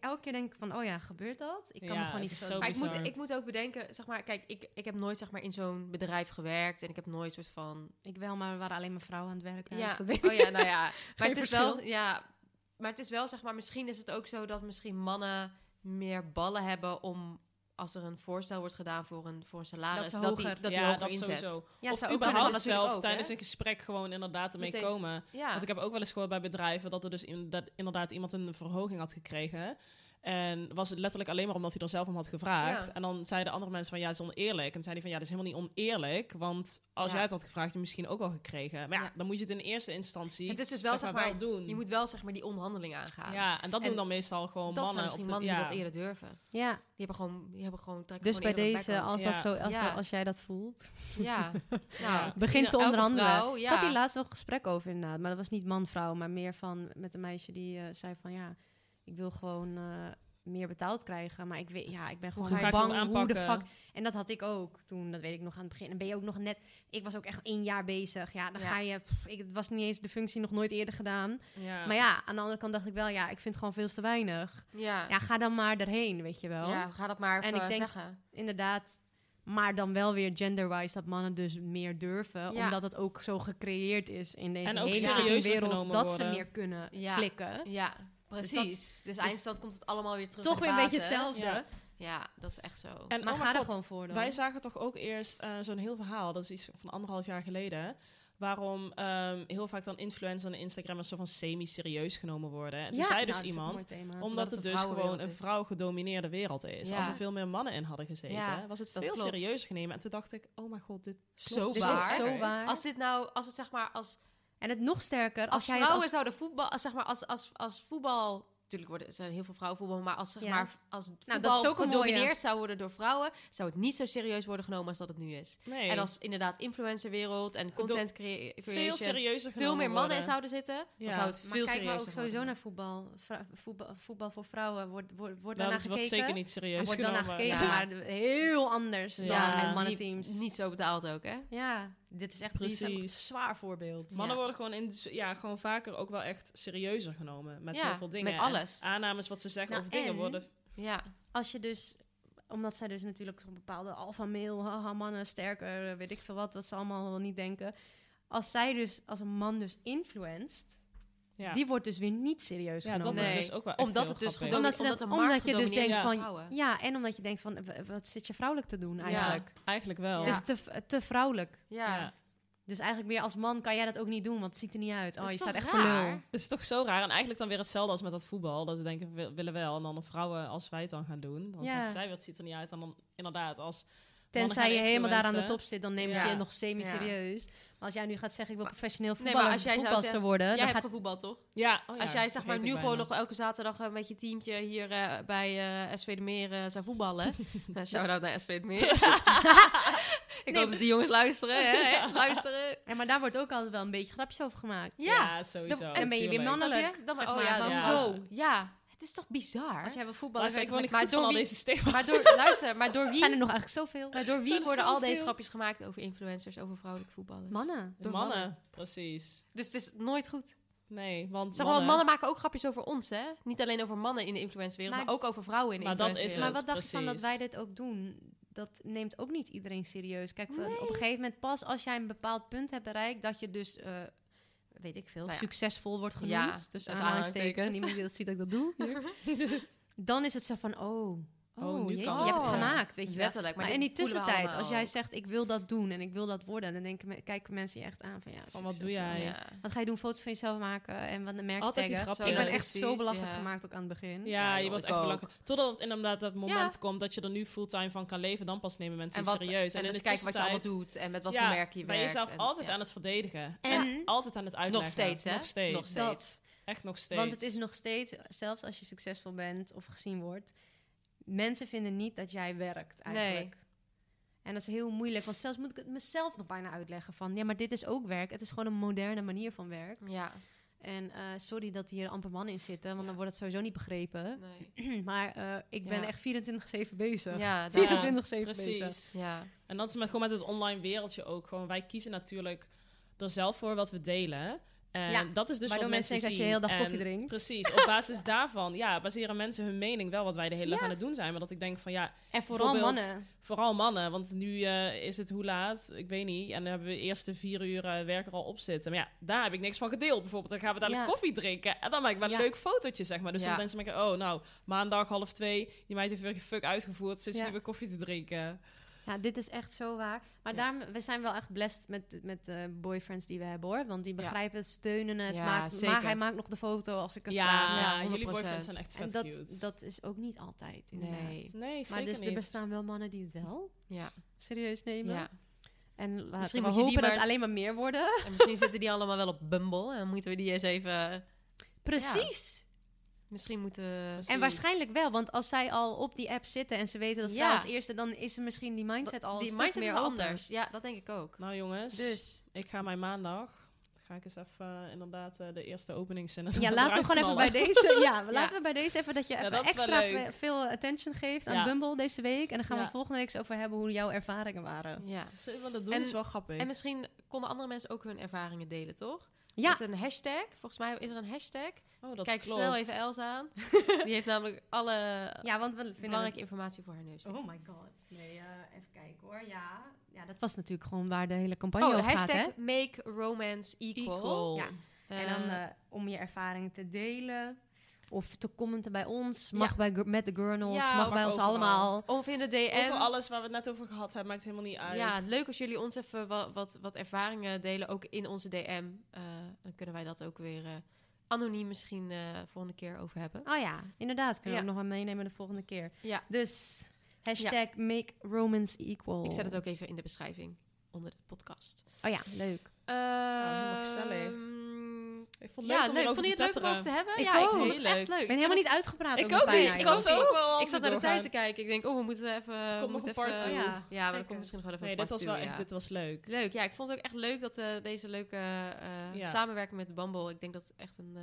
S4: Elke keer denk ik van, oh ja, gebeurt dat? Ik
S3: Ja,
S4: kan me gewoon
S3: het
S4: niet
S3: is
S4: zo...
S3: zo
S2: Maar ik moet,
S3: bizar.
S2: ik moet ook bedenken, zeg maar, kijk, ik, ik heb nooit zeg maar in zo'n bedrijf gewerkt en ik heb nooit soort van
S4: Ik wel, maar we waren alleen maar vrouwen aan het werken.
S2: Ja,
S4: dus dat weet ik.
S2: oh ja, nou
S3: [laughs]
S2: ja. Maar
S3: Geen
S2: het is
S3: verschil.
S2: wel, ja. Maar het is wel, zeg maar, misschien is het ook zo dat misschien mannen meer ballen hebben om als er een voorstel wordt gedaan voor een, voor een salaris,
S4: Dat ze
S2: dat, die,
S4: hoger-
S2: dat die
S3: ja,
S2: hoger
S3: dat
S2: inzet.
S3: sowieso.
S4: Ja,
S3: of
S4: zou ook
S2: dat kan
S3: überhaupt
S2: natuurlijk
S3: zelf
S2: ook,
S3: tijdens
S2: hè? Ah.
S3: een gesprek gewoon inderdaad ermee
S2: Met deze-
S3: komen.
S2: Ja,
S3: Want ik heb ook wel eens gehoord bij bedrijven dat er dus in- dat inderdaad iemand een verhoging had gekregen. En was het letterlijk alleen maar omdat hij er zelf om had gevraagd.
S2: Ja.
S3: En dan zeiden andere mensen van ja, het is oneerlijk. En dan zei hij van ja, dat is helemaal niet oneerlijk. Want als
S2: Ja.
S3: jij het had gevraagd, had je misschien ook wel gekregen. Maar ja,
S2: Ja.
S3: dan moet je het in eerste instantie
S2: het is dus wel,
S3: zeg
S2: zeg maar,
S3: wel doen.
S2: je moet wel, zeg maar, die onderhandeling aangaan.
S3: ja, en dat
S2: en
S3: doen dan meestal gewoon
S2: dat zijn
S3: mannen.
S2: misschien
S3: op de-
S2: mannen die
S3: ja.
S2: dat eerder durven.
S4: Ja,
S2: Die hebben gewoon, die hebben gewoon trekken
S4: dus bij
S2: gewoon eerder op
S4: deze,
S2: backhand.
S4: als,
S3: Ja.
S4: dat zo, als,
S2: Ja.
S4: als jij dat voelt,
S3: [laughs]
S2: Ja,
S3: Ja.
S2: nou,
S4: begin te
S2: elke
S4: onderhandelen.
S2: vrouw,
S4: Ik had
S2: ja.
S4: hier laatst nog een gesprek over inderdaad. Maar dat was niet man-vrouw, maar meer van met een meisje die eh, zei van ja, ik wil gewoon eh, meer betaald krijgen. Maar ik, weet, ja, ik ben gewoon
S2: ga
S3: je dat
S4: bang hoe de fuck.
S3: aanpakken?
S4: En dat had ik ook toen, dat weet ik nog aan het begin. En ben je ook nog net, ik was ook echt één jaar bezig. Ja, dan
S2: Ja.
S4: ga je, pff, ik, het was niet eens de functie nog nooit eerder gedaan.
S3: Ja.
S4: Maar ja, aan de andere kant dacht ik wel, ja, ik vind het gewoon veel te weinig.
S2: ja.
S4: Ja, ga dan maar erheen, weet je wel.
S2: Ja, ga dat maar
S4: En
S2: even
S4: ik denk-
S2: zeggen.
S4: Inderdaad. Maar dan wel weer genderwise dat mannen dus meer durven.
S2: Ja.
S4: Omdat het ook zo gecreëerd is in deze
S3: En ook
S4: hele
S3: serieuzer
S4: wereld.
S3: genomen
S4: Dat ze
S3: worden.
S4: meer kunnen
S2: Ja.
S4: flikken. Dus
S2: Ja,
S4: dat-
S2: precies. Dus, eindstand komt het allemaal weer terug
S4: Toch
S2: bij
S4: weer
S2: de
S4: een beetje
S2: basis.
S4: hetzelfde.
S3: Ja.
S2: Ja, dat is echt zo.
S3: En
S4: Maar
S3: oh
S4: ga
S3: mijn
S4: er
S3: god,
S4: gewoon voor dan.
S3: Wij zagen toch ook eerst eh, zo'n heel verhaal, dat is iets van anderhalf jaar geleden, waarom ehm, heel vaak dan influencers en Instagrammers zo van semi-serieus genomen worden. En toen zei dus
S4: nou, dat is ook
S3: iemand,
S4: een mooi thema.
S3: omdat
S2: het
S3: het
S2: een
S3: dus gewoon
S2: vrouwenwereld
S3: een
S2: is.
S3: vrouwgedomineerde wereld is.
S2: Ja.
S3: Als er veel meer mannen in hadden gezeten,
S2: Ja,
S3: was het
S2: dat
S3: veel
S2: klopt.
S3: serieuzer genomen. En toen dacht ik, oh mijn god, dit
S2: Zo
S3: klopt.
S4: Dit
S2: waar.
S4: is zo waar.
S2: Als dit nou, als het zeg maar, als, als,
S4: en het nog sterker, als, jij het
S2: vrouwen
S4: als...
S2: zouden voetbal, als, zeg maar, als, als, als voetbal, natuurlijk worden, zijn heel veel vrouwen voetbal, maar als zeg
S4: Ja. Nou,
S2: maar, als voetbal
S4: dat is ook een mooie.
S2: gedomineerd zou worden door vrouwen, zou het niet zo serieus worden genomen als dat het nu is.
S3: Nee,
S2: En als inderdaad influencerwereld en content crea-
S3: veel
S2: creation veel,
S3: serieuzer genomen
S2: meer mannen in
S3: worden.
S2: zouden zitten, dan
S3: Ja.
S2: zou het
S4: Maar
S2: veel
S4: kijk maar
S2: serieuzer
S4: ook sowieso
S2: worden.
S4: naar voetbal. Vra- voetbal. Voetbal voor vrouwen wordt, wordt, wordt
S3: Nou,
S4: daarna
S3: dat
S4: gekeken.
S3: wordt zeker niet serieus
S4: wordt wel
S3: genomen.
S4: naar gekeken,
S2: Ja.
S4: maar heel anders
S3: Ja.
S4: dan
S3: Ja,
S4: in
S2: en niet-
S4: mannenteams.
S2: Niet zo betaald ook, hè?
S4: Ja, dit is echt dit is echt een
S3: Precies.
S4: zwaar voorbeeld.
S3: Mannen
S2: Ja.
S3: worden gewoon, in, ja, gewoon vaker ook wel echt serieuzer genomen met
S2: Ja,
S3: heel veel dingen.
S2: met
S3: En
S2: alles.
S3: aannames wat ze zeggen
S4: Nou,
S3: over dingen
S4: en-
S3: worden
S2: Ja.
S4: als je dus omdat zij dus natuurlijk zo'n bepaalde alfa male, haha mannen, sterker, eh, weet ik veel wat, wat ze allemaal wel niet denken. Als zij dus, als een man dus influenced,
S3: Ja.
S4: die wordt dus weer niet serieus
S3: Ja,
S4: genomen.
S3: dat
S2: Nee.
S3: is dus ook wel echt
S2: Omdat
S3: heel
S2: het dus
S3: grappig.
S2: gedomineerd
S4: Omdat
S2: omdat,
S4: ze dat-
S2: de markt
S4: omdat je dus
S2: gedomineerd
S4: denkt
S2: is door
S4: van-
S2: vrouwen.
S4: Ja, en omdat je denkt van, w- wat zit je vrouwelijk te doen eigenlijk?
S3: Eigenlijk wel.
S2: Ja.
S4: Het is te, v- te vrouwelijk.
S2: Dus Ja.
S3: Ja.
S4: Dus eigenlijk meer als man kan jij dat ook niet doen, want het ziet er niet uit.
S2: Dat
S4: Oh,
S2: is
S4: je staat
S2: toch
S4: echt voor lul.
S2: raar?
S3: Het is toch zo raar. En eigenlijk dan weer hetzelfde als met dat voetbal. Dat we denken, we willen wel. En dan de vrouwen, als wij het dan gaan doen. Dan
S4: Ja.
S3: zeggen zij, wat ziet er niet uit. En dan inderdaad, als...
S4: Tenzij
S3: gaan
S4: je helemaal daar aan de
S3: influencen.
S4: top zit, dan nemen
S2: Ja.
S4: ze je nog semi-serieus. Als jij nu gaat zeggen, ik wil professioneel
S2: maar
S4: voetballer,
S2: als jij zou
S4: voetbalster
S2: zeggen,
S4: worden,
S2: Jij
S4: dan
S2: hebt
S4: gaat...
S2: gevoetbald, toch?
S3: Ja, oh ja,
S2: Als jij zeg maar
S3: vergeet
S2: nu
S3: ik
S2: gewoon
S3: bijna.
S2: nog elke zaterdag eh, met je teamje hier eh, bij eh, SV de Meer eh, zou [laughs] voetballen. nou, shout-out naar SV de [laughs] Meer. ik hoop dat die jongens luisteren. [laughs] Hè? Echt Luisteren.
S4: Ja, maar daar wordt ook altijd wel een beetje grapjes over gemaakt.
S2: Ja.
S3: Ja, sowieso.
S4: Dan- en ben je weer
S3: tuurlijk.
S4: mannen-
S2: Snap je?
S4: Mannelijk,
S2: Dan,
S4: zeg
S2: oh
S4: maar,
S2: ja,
S4: dan
S2: maar
S3: ja.
S2: zo. Ja. Het is toch bizar?
S4: Als jij wil voetballen,
S3: Luister, ik
S4: dan
S3: word niet
S2: Maar
S3: goed van
S2: door
S3: al
S2: wie-
S3: deze stemmen.
S2: Maar [laughs] door, luister, maar door wie,
S4: zijn er nog eigenlijk zoveel.
S2: maar door
S3: zijn
S2: wie
S3: er
S2: worden al
S3: zoveel.
S2: deze grapjes gemaakt over influencers, over vrouwelijke voetballen?
S4: Mannen.
S3: De mannen, precies.
S2: Dus het is nooit goed.
S3: Nee, want
S2: Zeg maar, want mannen maken ook grapjes over ons, hè? Niet alleen over mannen in de influencerwereld, maar,
S4: Maar-
S2: ook over vrouwen in de
S3: Maar dat is
S2: influencerwereld.
S4: Maar
S3: het,
S4: wat dacht je van dat
S3: precies.
S4: wij dit ook doen? Dat neemt ook niet iedereen serieus. Kijk, van- op een gegeven moment pas als jij een bepaald punt hebt bereikt, dat je dus, eh, weet ik veel,
S2: Nou ja.
S4: succesvol wordt genoemd.
S2: Ja,
S4: dus
S2: dat is
S4: aanhalingstekens.
S2: aanhalingstekens.
S4: Niemand die dat ziet dat ik dat doe. hier.
S2: [laughs]
S4: Dan is het zo van, oh, oh,
S3: Oh, nu
S4: jeetje,
S3: kan
S4: je
S2: het.
S4: hebt het
S2: Oh.
S4: gemaakt, weet je wel.
S2: Letterlijk.
S4: Maar,
S2: dit
S4: in die
S2: voelen we
S4: tussentijd,
S2: allemaal
S4: als jij
S2: ook.
S4: zegt, ik wil dat doen en ik wil dat worden, dan denken, me- kijken mensen je echt aan van, ja,
S3: Van, wat
S4: succes.
S3: doe jij?
S2: Ja.
S4: Wat ga je doen? Foto's van jezelf maken en wat de merk
S3: Altijd die
S4: taggen?
S3: grapjes.
S4: Ik ben echt
S2: Precies,
S4: zo belachelijk
S2: ja.
S4: gemaakt ook aan het begin.
S3: Ja,
S2: joh,
S3: je wordt
S2: ik
S3: echt
S2: ook.
S3: belachelijk. Totdat het inderdaad dat moment
S2: Ja.
S3: komt dat je er nu fulltime van kan leven, dan pas nemen mensen
S2: En,
S3: je
S2: wat,
S3: serieus.
S2: en,
S3: in
S2: dus
S3: de
S2: kijken wat je allemaal
S3: tussentijd-
S2: doet en met wat
S3: Ja,
S2: voor merk je
S3: ben
S2: werkt.
S3: jezelf
S2: en-
S3: altijd
S2: ja.
S3: aan het verdedigen.
S4: En-
S3: En altijd aan het uitleggen.
S2: Nog steeds, hè?
S3: Nog steeds.
S2: Nog steeds.
S3: Echt nog steeds.
S4: Want het is nog steeds, zelfs als je succesvol bent of gezien wordt, mensen vinden niet dat jij werkt eigenlijk. En dat is heel moeilijk, want zelfs moet ik het mezelf nog bijna uitleggen van, ja, maar dit is ook werk. Het is gewoon een moderne manier van werk.
S2: Ja,
S4: En eh, sorry dat hier amper mannen in zitten, want dan wordt het sowieso niet begrepen. [clears throat]
S2: nee.
S4: maar eh, ik ben
S2: Ja.
S4: echt 24/7 bezig. [laughs]
S2: Ja, daar-
S4: 24/7 bezig.
S3: Precies.
S2: ja.
S3: En dat is met, gewoon met het online wereldje ook. Gewoon, wij kiezen natuurlijk er zelf voor wat we delen. En
S4: Ja,
S3: dat is dus
S4: waardoor
S3: wat
S4: mensen
S3: mensen
S4: denken dat je
S3: zien.
S4: de hele dag
S3: En
S4: koffie drinkt.
S3: Precies, op basis [laughs] daarvan ja, baseren mensen hun mening wel wat wij de hele dag aan het doen zijn. Maar dat ik denk van ja,
S4: En vooral
S3: Bijvoorbeeld-
S4: mannen.
S3: vooral mannen. Want nu eh, is het hoe laat, ik weet niet. En dan hebben we de eerste vier uur eh, werk er al op zitten. Maar ja, daar heb ik niks van gedeeld bijvoorbeeld. Dan gaan we dadelijk
S4: Ja.
S3: koffie drinken. En dan maak ik wel een
S4: Ja.
S3: leuk fotootje zeg maar. Dus
S2: Ja.
S3: dan mensen denken, oh nou, maandag half twee. Je meid heeft weer een fuck uitgevoerd. Zit ze
S4: Ja.
S3: nu weer koffie te drinken.
S4: Ja, dit is echt zo waar. Maar
S2: Ja.
S4: daarom, we zijn wel echt blessed met, met de boyfriends die we hebben hoor. Want die
S2: Ja.
S4: begrijpen het, steunen het.
S2: Ja,
S4: maakt,
S2: zeker.
S4: Maar hij maakt nog de foto als ik het vraag.
S3: Ja,
S2: Ja,
S3: jullie
S2: 100%.
S3: boyfriends zijn echt vet
S4: En dat,
S3: cute.
S4: dat is ook niet altijd. Inderdaad.
S2: Nee.
S3: nee, zeker
S4: Maar dus
S3: niet.
S4: er bestaan wel mannen die het wel
S2: Ja.
S4: serieus nemen.
S2: ja.
S4: En laten
S2: Misschien
S4: we
S2: moet je die
S4: hopen dat
S2: maar
S4: het alleen maar meer
S2: [laughs]
S4: worden.
S2: En misschien zitten die allemaal wel op Bumble. En moeten we die eens even...
S4: Precies.
S2: Misschien moeten we...
S4: En waarschijnlijk wel, want als zij al op die app zitten en ze weten dat
S2: Ja.
S4: vrouwen als eerste, dan is er misschien die mindset al een
S2: die
S4: stuk
S2: mindset is
S4: meer
S2: wel
S4: open.
S2: anders. Ja, dat denk ik ook.
S3: Nou jongens,
S4: Dus
S3: ik ga mijn maandag. Ga ik eens even eh, inderdaad eh, de eerste openingszinnen.
S4: Ja, laten we
S3: eruit
S4: gewoon even
S3: knallen.
S4: bij deze. Ja, we
S2: Ja.
S4: laten we bij deze even dat je
S3: Ja,
S4: even
S3: dat is wel
S4: extra
S3: leuk.
S4: ve- veel attention geeft aan
S3: Ja.
S4: Bumble deze week. En dan gaan we
S3: Ja.
S4: volgende week eens over hebben hoe jouw ervaringen waren.
S2: Ja.
S3: Zullen we [laughs] dat doen?
S2: En-
S3: is wel grappig.
S2: En misschien konden andere mensen ook hun ervaringen delen, toch?
S4: Ja.
S2: Met een hashtag. Volgens mij is er een hashtag.
S3: oh, dat
S2: Kijk
S3: klopt.
S2: snel even Els aan. Die heeft namelijk alle
S4: eh, Ja, want we vinden
S2: belangrijke informatie voor haar neus.
S4: het- Oh my god. Nee, eh, even kijken hoor. Ja. ja, dat was natuurlijk gewoon waar de hele campagne
S2: Oh,
S4: over gaat,
S2: hashtag
S4: hè?
S2: make romance equal.
S3: Equal.
S4: Ja.
S2: Eh,
S4: en dan eh, om je ervaringen te delen. Of te commenten bij ons. Mag
S2: Ja.
S4: bij Gr- met de Gurnals.
S2: Ja,
S4: mag
S2: mag
S4: bij ons
S3: overal.
S4: allemaal.
S2: of eh, in de DM.
S3: Over alles waar we het net over gehad hebben, maakt helemaal niet uit.
S2: Ja, leuk als jullie ons even wat, wat, wat ervaringen delen, ook in onze DM. Eh, dan kunnen wij dat ook weer eh, anoniem misschien eh volgende keer over hebben.
S4: Oh ja, inderdaad. Kunnen we
S2: Ja.
S4: ook nog wel meenemen de volgende keer.
S2: Ja.
S4: Dus hashtag make romance equal.
S2: Ik zet het ook even in de beschrijving onder de podcast.
S4: Oh ja, leuk.
S3: helemaal gezellig.
S2: Ehm,
S3: Ik vond het leuk
S2: ja,
S3: om
S2: leuk.
S3: hierover
S2: Vond je het
S3: te
S2: leuk om over te
S3: tetteren.
S2: hebben?
S4: Ik
S2: ja, ik
S4: ook.
S2: vond het
S3: Heel
S2: echt
S3: leuk.
S2: leuk.
S4: Ik ben helemaal niet uitgepraat
S3: Ik
S4: over
S3: ook
S4: bijna
S3: niet. Ik
S2: was
S3: was
S4: eigenlijk.
S3: ook wel.
S2: Ik zat naar de tijd te kijken. Ik denk, oh, we moeten even... we
S3: nog
S2: moeten
S3: een part
S2: even-
S3: toe.
S2: Ja, ja maar
S4: Zeker.
S2: dan komt misschien nog wel even
S3: Nee,
S2: een
S3: dit
S2: part
S3: was wel
S2: toe,
S3: echt.
S2: ja.
S3: Dit was leuk.
S2: Leuk, ja. Ik vond het ook echt leuk dat eh, deze leuke eh,
S3: Ja.
S2: samenwerking met Bumble... Ik denk dat het echt een eh,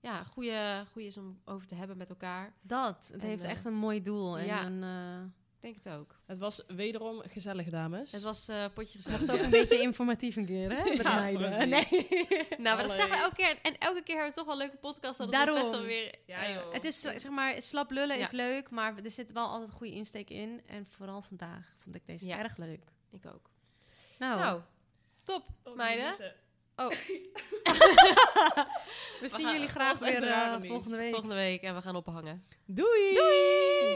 S2: ja, goede, goede is om over te hebben met elkaar.
S4: Dat. Het
S2: En,
S4: heeft
S2: eh,
S4: echt een mooi doel. En
S2: ja.
S4: een, eh,
S2: Ik denk het ook.
S3: Het was wederom gezellig, dames.
S2: Het was eh, potje
S4: het is
S2: gezellig.
S4: ook een beetje informatief een keer, hè? Met
S3: Ja,
S4: meiden.
S3: precies.
S4: Nee.
S2: [laughs] Nou, maar dat
S3: Allee.
S2: zeggen we elke keer. En elke keer hebben we toch wel een leuke podcast. Dat
S4: Daarom.
S2: het best wel weer...
S3: Ja,
S2: eh,
S3: joh.
S4: [laughs] Het is, eh, zeg maar, slap lullen
S2: Ja.
S4: is leuk, maar er zit wel altijd een goede insteek in. En vooral vandaag vond ik deze
S2: Ja.
S4: erg leuk.
S2: Ik ook.
S4: Nou,
S2: Nou, top,
S3: Oh,
S2: meiden.
S3: Denise.
S4: we zien
S2: [laughs]
S3: Oh,
S2: gaan-
S4: jullie graag
S3: was echt
S4: weer
S3: rare
S4: eh,
S3: nieuws.
S4: volgende week.
S2: Volgende week en we gaan ophangen.
S3: Doei!